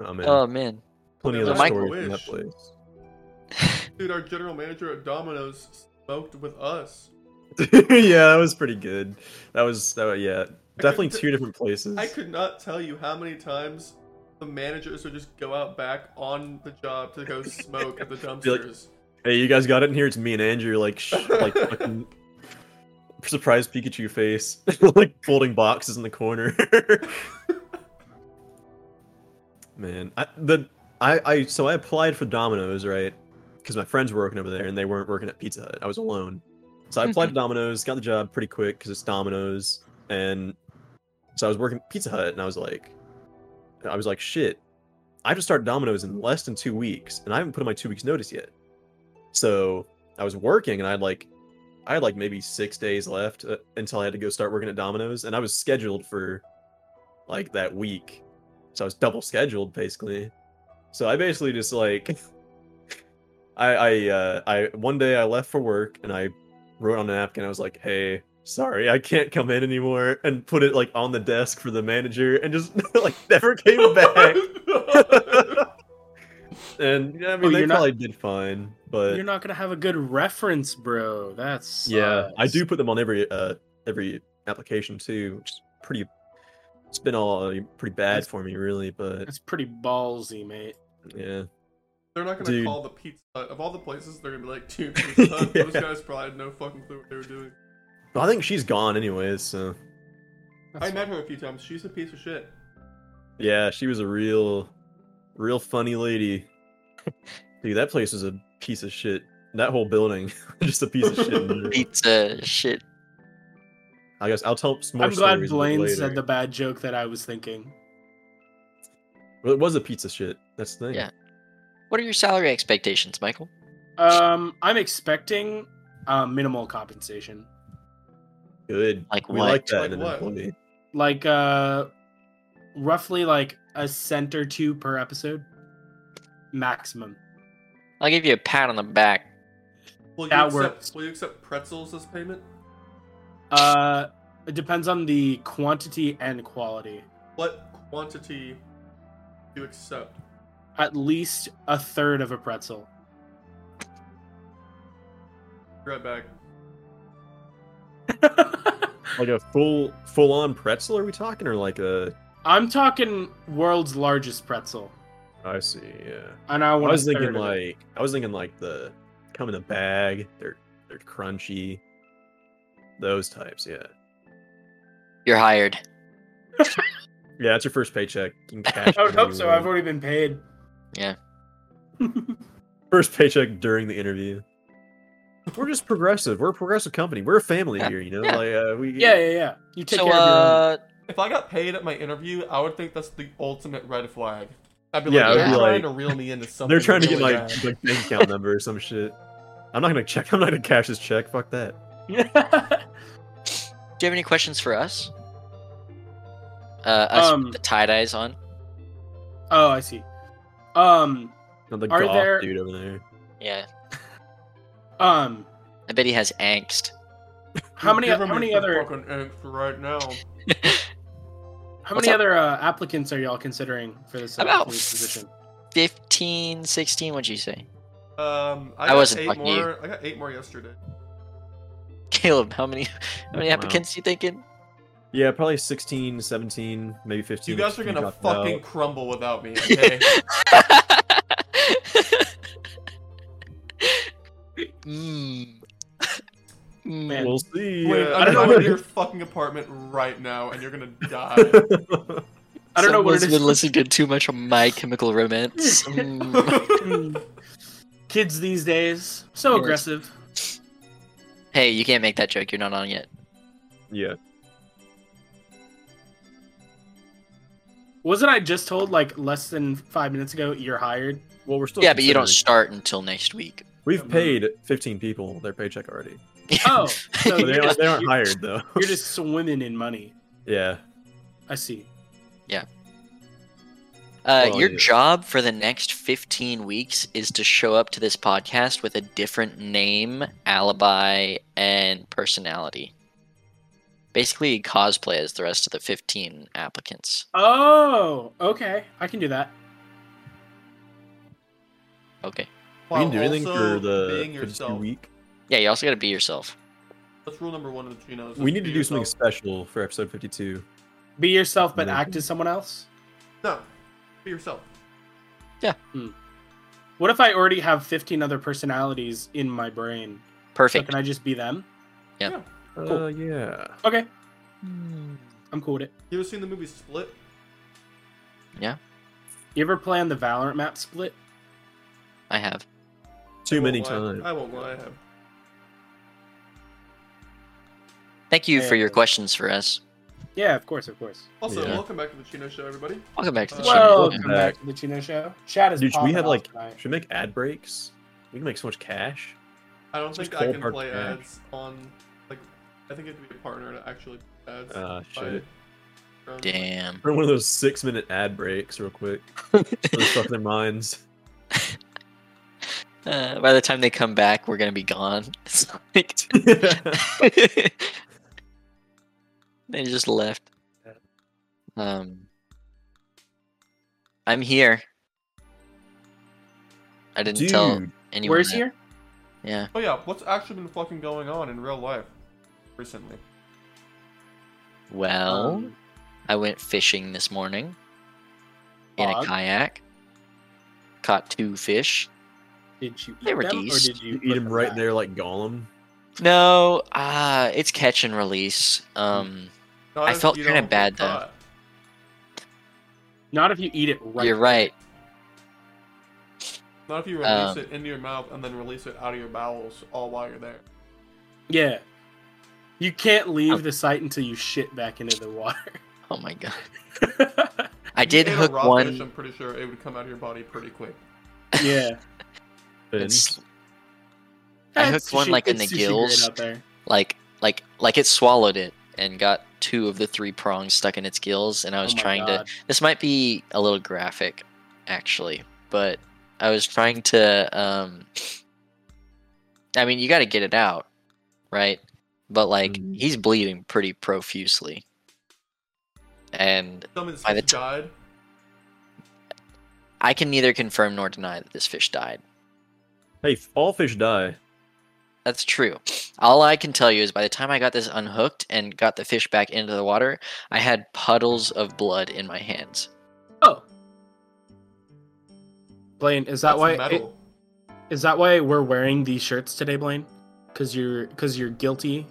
Oh man, Oh man. plenty Yeah, of other Mike- stories from Uh, Wish. that place. Dude, our general manager at Domino's smoked with us. yeah, that was pretty good. That was that. wa- Yeah, definitely could- two different places. I could not tell you how many times the managers would just go out back on the job to go smoke at the like, dumpsters. Hey, you guys got it in here. It's me and Andrew. Like, sh- like fucking surprise Pikachu face, like folding boxes in the corner. Man, I, the I I so I applied for Domino's right because my friends were working over there and they weren't working at Pizza Hut. I was alone, so I applied to Domino's, got the job pretty quick because it's Domino's, and so I was working at Pizza Hut and I was like, I was like, shit, I have to start Domino's in less than two weeks, and I haven't put in my two weeks notice yet. So I was working, and I had like, I had like maybe six days left uh, until I had to go start working at Domino's, and I was scheduled for like that week, so I was double scheduled basically. So I basically just like, I I uh, I one day I left for work and I wrote on a napkin. I was like, hey. Sorry, I can't come in anymore, and put it like on the desk for the manager, and just like never came back and yeah, I mean, Oh, they you're not- probably did fine, but You're not gonna have a good reference, bro. That's yeah, I do put them on every uh every application too, which is pretty. It's been all uh, pretty bad That's- for me, really, but That's pretty ballsy, mate. yeah, They're not gonna Dude. call the pizza Hut- of all the places. They're gonna be like, dude, pizza Hut, those Yeah. guys probably had no fucking clue what they were doing. But I think she's gone anyways. So I met her a few times. She's a piece of shit. yeah, she was a real, real funny lady. Dude, that place was a piece of shit. That whole building, just a piece of shit. in general. Pizza shit. I guess I'll tell some more I'm glad stories a bit Blaine later. said the bad joke that I was thinking. Well, it was a piece of shit. That's the thing. Yeah. What are your salary expectations, Michael? Um, I'm expecting uh, minimal compensation, Good. Like we what? like that Like in an what? employee. like uh, roughly like a cent or two per episode, maximum. I'll give you a pat on the back. Will you That accept, works. Will you accept pretzels as payment? Uh, it depends on the quantity and quality. What quantity do you accept? At least a third of a pretzel. Be Right back. Like a full full on pretzel are we talking or like a I'm talking world's largest pretzel, I see, yeah. and I I want. was a thinking third of it. like I was thinking like the come in a bag, they're they're crunchy. Those types, yeah. You're hired. Yeah, it's your first paycheck. You can cash I would in when hope you so. want. I've already been paid. Yeah. first paycheck during the interview. We're just progressive. We're a progressive company. We're a family Yeah, here, you know. yeah. Like uh, we yeah, yeah, yeah. You take so, care of uh, If I got paid at my interview, I would think that's the ultimate red flag. I'd be like, Yeah, I'd they're be trying like- to reel me into something. They're trying to get really like bad." like bank account number or some shit. I'm not gonna check. I'm not gonna cash this check. Fuck that. your own. uh, do you have any questions for us? Uh, us Um, with the tie dyes on. oh, I see. Um, Not the Are goth there- dude over there. Yeah, um, I bet he has angst. how many, You're how giving me many some other, fucking angst right now? how What's many up? other uh, applicants are y'all considering for this uh, About police position? 15, 16, what'd you say? Um, I, I got wasn't eight fucking more. you. I got eight more yesterday. Caleb, how many how many Wow. applicants you thinking? Yeah, probably 16, 17, maybe 15. You guys are if you gonna drop out. fucking crumble without me. Okay. mm. Man. We'll see. Wait, uh, I'm going to your fucking apartment right now, and you're gonna die. I don't know what Someone's it been is. listening to too much of My Chemical Romance. Mm. Kids these days, so Yes. aggressive. hey, you can't make that joke. You're not on yet. yeah. Wasn't I just told like less than five minutes ago you're hired? Well, we're still. Yeah, but you don't considering. start until next week. Um, We've paid 15 people their paycheck already. Oh, so So they, you're aren't, just, they aren't you're- hired though. you're just swimming in money. yeah. I see. Uh, Well, your yeah. job for the next 15 weeks is to show up to this podcast with a different name, alibi, and personality. Basically, cosplay as the rest of the 15 applicants. Oh, okay. I can do that. Okay. We While can do anything also for the being for this yourself. week. Yeah, you also got to be yourself. That's rule number one of the Chinos. We is need be to do something yourself. special for episode 52. Be yourself, but Yeah. act as someone else. No, be yourself. What if I already have 15 other personalities in my brain? So Perfect. can I just be them? Uh, Oh yeah. Okay, I'm cool with it. You ever seen the movie Split? You ever play on the Valorant map split? I have. Too I won't many lie. times. I won't lie. I have. Thank you for your Yeah. questions for us. Yeah, of course, of course. Also, Yeah. welcome back to the Chino Show, everybody. Welcome back to the Uh, show. Welcome Welcome back back. to the Chino Show. Chat is Dude, should we popping have off like tonight. should we make ad breaks? We can make so much cash. I don't Just think I cold can hard play cash. ads on. Like, I think you have to be a partner to actually do ads. Uh by- shit. from- Damn. Or one of those six minute ad breaks real quick. Really fuck their minds. Uh, by the time they come back, we're going to be gone. It's like, yeah, they just left. Yeah. Um, I'm here. I didn't tell Dude. anyone. Where's that. here? Yeah. Oh yeah, what's actually been fucking going on in real life recently? Well, Um, I went fishing this morning in a Fog. kayak. Caught two fish. did you eat They were them, or decent. did you you eat put him them right back? there like Gollum. No, ah, it's catch and release. Um, Not I if felt you kinda don't get bad, though. caught. Not if you eat it right. you're right. Not if you release Um, it into your mouth and then release it out of your bowels all while you're there. Yeah. You can't leave the site until you shit back into the water. Oh my god, If I you did ate a hook raw one. Fish, I'm pretty sure it would come out of your body pretty quick. yeah. and Fins. s- I hooked one, like, in the gills. like like like it swallowed it and got two of the three prongs stuck in its gills, and I was Oh my trying to God. this might be a little graphic, actually, but I was trying to. Um, I mean, you got to get it out, right? But like, Mm-hmm. Mhm. he's bleeding pretty profusely, and Someone's By the t- died. I can neither confirm nor deny that this fish died. Hey, all fish die. That's true. All I can tell you is by the time I got this unhooked and got the fish back into the water, I had puddles of blood in my hands. Oh. Blaine, is that That's why metal. is that why we're wearing these shirts today, Blaine? Cuz you're cuz you're guilty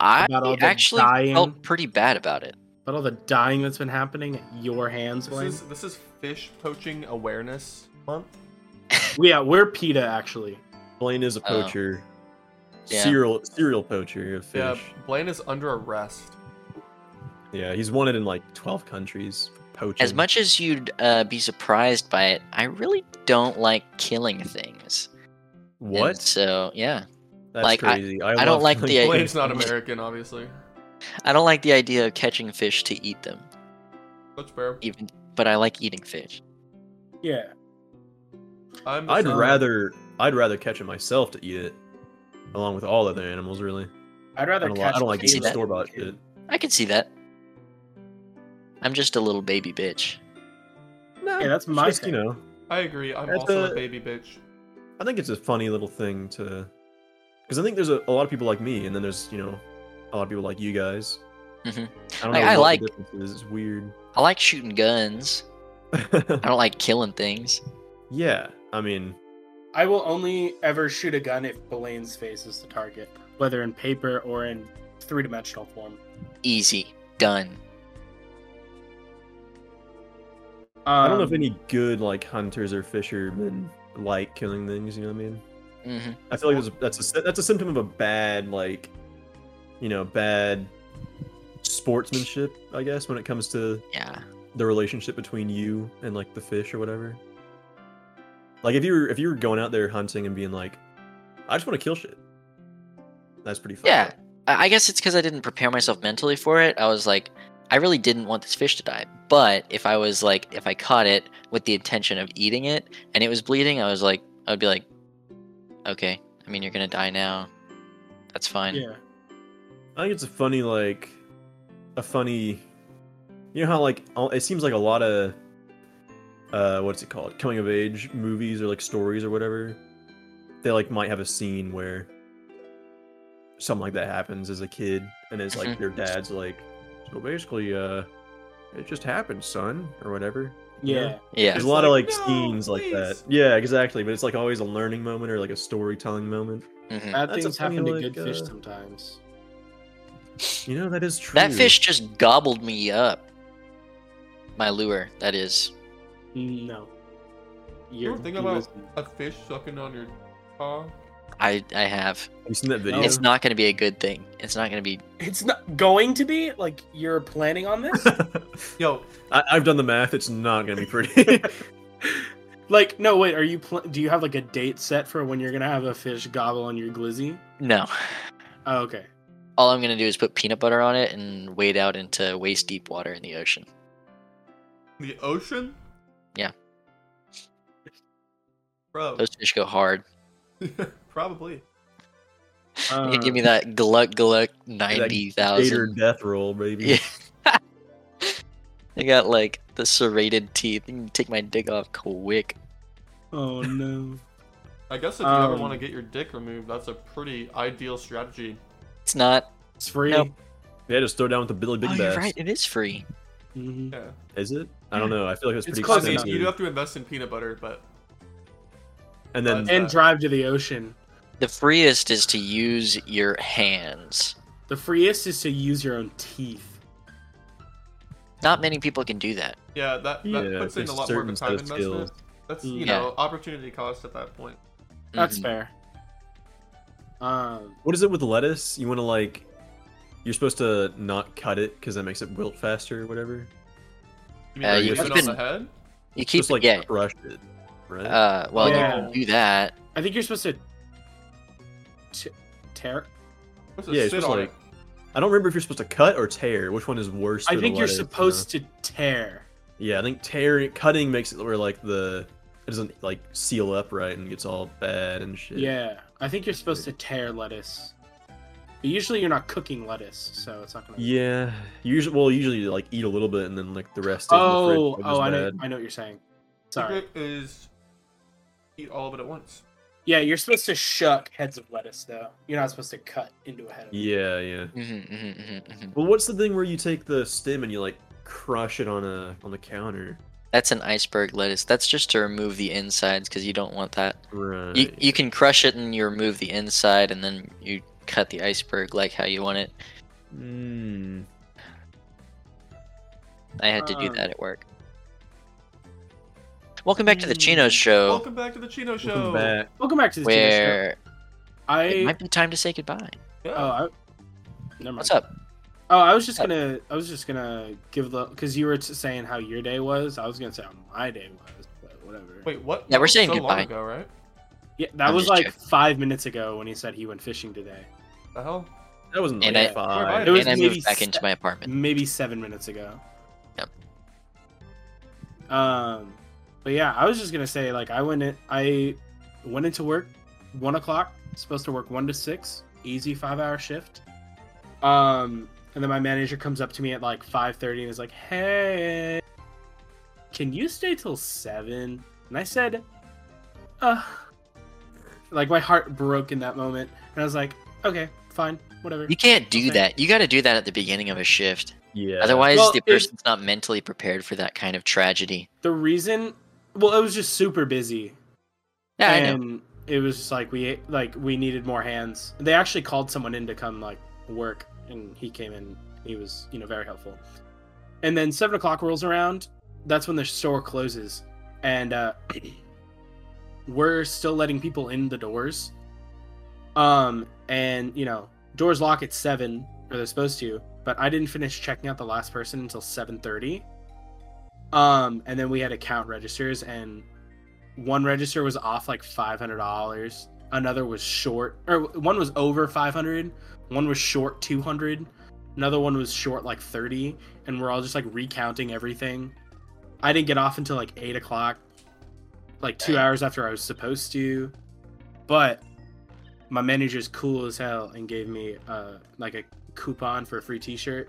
I About all the actually dying. felt pretty bad about it. about all the dying that's been happening at your hands, This Blaine. is this is fish poaching awareness month. Yeah, we're PETA actually. Blaine is a Oh. poacher. Yeah. Serial serial poacher of Yeah, fish. Blaine is under arrest. Yeah, he's wanted in like 12 countries for poaching. As much as you'd uh, be surprised by it, I really don't like killing things. And What? so yeah, That's like, I- crazy. I don't love like killing the idea- Blaine's Blaine's not American, obviously. I don't like the idea of catching fish to eat them, Much better. even. But I like eating fish. Yeah. I'm the I'd same. rather I'd rather catch it myself to eat it, along with all other animals. Really, I'd I rather don't, li- catch I don't like fish eating that- store bought shit. I can see that. I'm just a little baby bitch. No, Hey, that's it's my just, thing. You know, I agree. I'm That's also a... a- baby bitch. I think it's a funny little thing to, because I think there's a, a lot of people like me, and then there's you know, a lot of people like you guys. Mhm. I don't Like, know. what I the like- difference is. It's weird. I like shooting guns. I don't like killing things. yeah, I mean, I will only ever shoot a gun if Blaine's face is the target, whether in paper or in three-dimensional form. Easy done. Um, I don't know if any good like hunters or fishermen like killing things. You know what I mean? hmm I feel like there's a, that's a that's a symptom of a bad like, you know, bad sportsmanship. I guess when it comes to Yeah. the relationship between you and like the fish or whatever. Like if you were if you were going out there hunting and being like, I just want to kill shit. That's pretty fun. Yeah. I I guess it's because I didn't prepare myself mentally for it. I was like, I really didn't want this fish to die. But if I was like, if I caught it with the intention of eating it and it was bleeding, I was like, I would be like, okay, I mean, you're going to die now. That's fine. Yeah. I think it's a funny like, a funny, you know how like all- it seems like a lot of, uh, what's it called, coming of age movies or like stories or whatever, they like might have a scene where something like that happens as a kid and it's like Mm-hmm. Mhm. their dad's like, so basically, uh, it just happened, son, or whatever. Yeah. Yeah. Yeah. There's It's a lot of like, like "No, scenes like that. please." Yeah, exactly. But it's like always a learning moment or like a storytelling moment. hmm Bad That's a things happen funny, to like, good fish uh, sometimes. You know that is true. That fish just gobbled me up. My lure, that is. No. You're ever think you about- was- A fish sucking on your car. I, I have. Have you seen that video? Yeah. It's not going to be a good thing. It's not going to be. It's not going to be like you're planning on this. Yo, I, I've done the math. It's not gonna be pretty. like, no, wait. Are you? Pl- do you have like a date set for when you're gonna have a fish gobble on your glizzy? No. Oh, okay. All I'm going to do is put peanut butter on it and wade out into waist deep water in the ocean. the ocean. Yeah. Bro, Those fish go hard. probably. Um, You can give Uh, me that gluck gluck ninety Uh, Gator thousand. death roll, baby. Yeah. I got like the serrated teeth. You can take my dick off quick. Oh no. I guess if you ever Um, want to get your dick removed, that's a pretty ideal strategy. It's not. It's free. Nope. Yeah, just throw down with the Billy Big oh, Bass. you're right. It is free. Mhm. Yeah. Is it? I don't know. I feel like it's It's pretty close I mean, expensive. you do have to invest in peanut butter, but And then What's And that? drive to the ocean. The freest is to use your hands. The freest is to use your own teeth. Not many people can do that. yeah, that, that yeah, puts in there's a lot more of a certain time Mm. set investment. of skills. That's you Yeah. know opportunity cost at that point. That's Mm-hmm. Mhm. fair. Um, What is it with lettuce? You want to like, you're supposed to not cut it because that makes it wilt faster or whatever. You mean Uh, like you hit it keep on in- the head? You keep just like yeah. crush it, right? Uh, well, you Yeah. can do that. I think you're supposed to t- tear. What's Yeah, yeah, it's sit just on like- it? I don't remember if you're supposed to cut or tear. Which one is worse? I for the think you're lettuce, you know? supposed to tear. Yeah, I think tearing, cutting makes it where like the it doesn't like seal up right and gets all bad and shit. Yeah, I think you're supposed to tear lettuce. But usually you're not cooking lettuce, so it's not gonna. Yeah. Usually, well, usually you, like eat a little bit and then like the rest. stays in the fridge, Oh, which is oh, I know, bad. I know what you're saying. Sorry. Secret is eat all of it at once. Yeah, you're supposed to shuck heads of lettuce though. You're not supposed to cut into a head. Of Yeah, yeah. Mm-hmm, mm-hmm, hmm Well, what's the thing where you take the stem and you like crush it on a on the counter? That's an iceberg lettuce. That's just to remove the insides because you don't want that. Right. You, you can crush it and you remove the inside and then you cut the iceberg like how you want it. Mm. I had to do Um, that at work. Welcome back to the Chino Show, Welcome back to the Chino Show. Oh. Welcome back. Welcome back to Mm, the TV show. where it I might be time to say goodbye. Yeah. oh I, never mind. What's up? Oh, I was just gonna I was just gonna give the because you were t- saying how your day was. I was gonna say how my day was, but whatever. Wait, what? Yeah, we're That was saying so goodbye. long ago, right? yeah, that I'm was just like joking. five minutes ago when he said he went fishing today. The hell? That wasn't like And I- five. It was and I maybe moved back se- into my apartment. Maybe seven minutes ago. Yep. Um, but yeah, I was just gonna say like I went in, I went into work one o'clock. Supposed to work one to six, easy five hour shift. Um, and then my manager comes up to me at like five thirty and is like, "Hey, can you stay till 7? And I said, "Uh." Like my heart broke in that moment, and I was like, "Okay, fine, whatever." You can't do Okay. that. You got to do that at the beginning of a shift. Yeah. Otherwise, Well, the it- person's not mentally prepared for that kind of tragedy. The reason, well, it was just super busy, Yeah, I know. and it was just like we like we needed more hands. They actually called someone in to come like work, and he came in. He was you know very helpful. And then seven o'clock rolls around. That's when the store closes, and uh, we're still letting people in the doors. Um, and you know doors lock at seven, or they're supposed to. But I didn't finish checking out the last person until seven thirty. Um, and then we had to count registers, and one register was off like five hundred dollars. Another was short, or one was over five hundred. One was short two hundred. Another one was short like thirty, and we're all just like recounting everything. I didn't get off until like eight o'clock, like two Dang. hours after I was supposed to. But my manager's cool as hell and gave me uh like a coupon for a free T-shirt.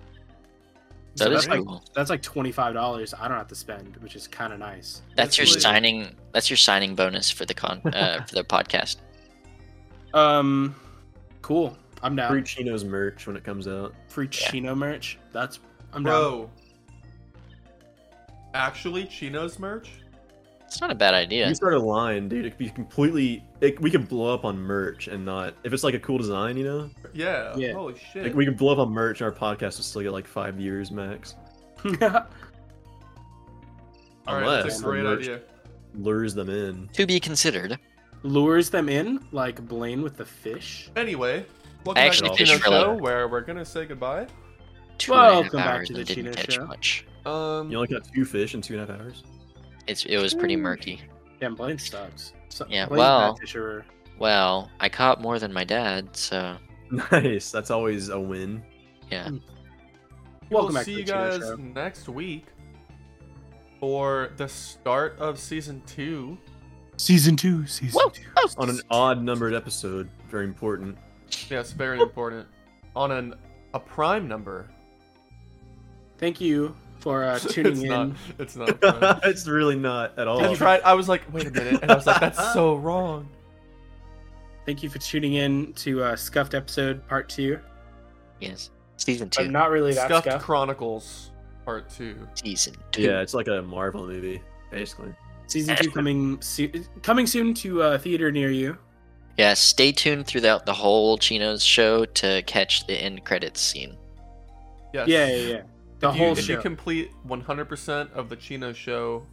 So That that's is like cool. that's like twenty five dollars. I don't have to spend, which is kind of nice. That's your Absolutely. signing. That's your signing bonus for the con uh, for the podcast. Um, cool. I'm down. Free Free, Chino's merch when it comes out. Yeah. Chino merch. That's I'm down. Bro. Actually, Chino's merch? It's not a bad idea. You start a line, dude. It could be completely. It, we could blow up on merch and not if it's like a cool design, you know. Yeah. Yeah. Holy shit. Like we could blow up on merch, and our podcast would still get like five years max. All right, that's Unless a the great merch idea. lures them in. To be considered. Lures them in like Blaine with the fish. Anyway, I welcome back to actually the fished Chino for a Show, living. where we're gonna say goodbye. Two and a half Welcome back hours to the and didn't Chino catch Show. much. Um, You only got two fish in two and a half hours. It's it was pretty murky. Damn, Blaine sucks. So, Yeah, Blaine's well- bad fisher. Well, I caught more than my dad, so Nice. That's always a win. yeah. Welcome we'll back see to the you Chino guys Show. next week for the start of season two. Season two. Season Whoa, oh, two. whoa. On an odd numbered episode, very important. Yes, very important. On an a prime number. Thank you for uh, it's tuning in. Not, it's not. A prime. it's really not at all. Oh. I tried. I was like, wait a minute, and I was like, that's so wrong. Thank you for tuning in to uh, Scuffed episode part two. Yes. Season But two. not really that Scuffed scuffed. Chronicles Part Two. Season two. Yeah, it's like a Marvel movie, basically. Season two coming so- coming soon to uh, theater near you. Yeah, stay tuned throughout the whole Chino's show to catch the end credits scene. Yes. Yeah, yeah, yeah. The if you, whole if show. you complete 100% of the Chino show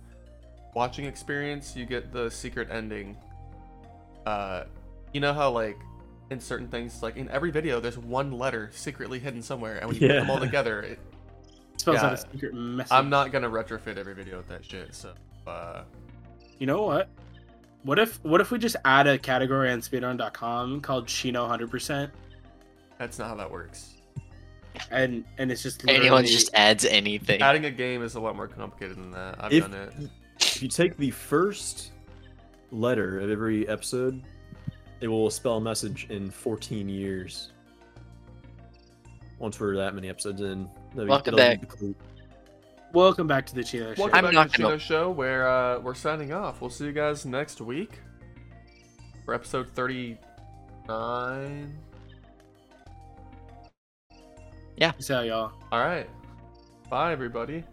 watching experience, you get the secret ending. Uh, you know how like in certain things, like in every video, there's one letter secretly hidden somewhere, and when you put them all Yeah. together, it, spells Yeah. out a secret message. I'm not gonna retrofit every video with that shit. So, uh, You know what? What if what if we just add a category on speedrun.com called Chino 100%? that's not how that works. and and it's just Anyone literally- just adds anything. Adding a game is a lot more complicated than that. I've If- done it. If you take the first letter of every episode, it will spell a message in 14 years. Once we're that many episodes in, that'll be- Welcome that'll be back. the clue. welcome back to the Cheetah Show. Welcome I'm back to not the gonna- Chino Show, where uh, we're signing off. We'll see you guys next week for episode 39. Peace out, y'all. All right. Bye, everybody.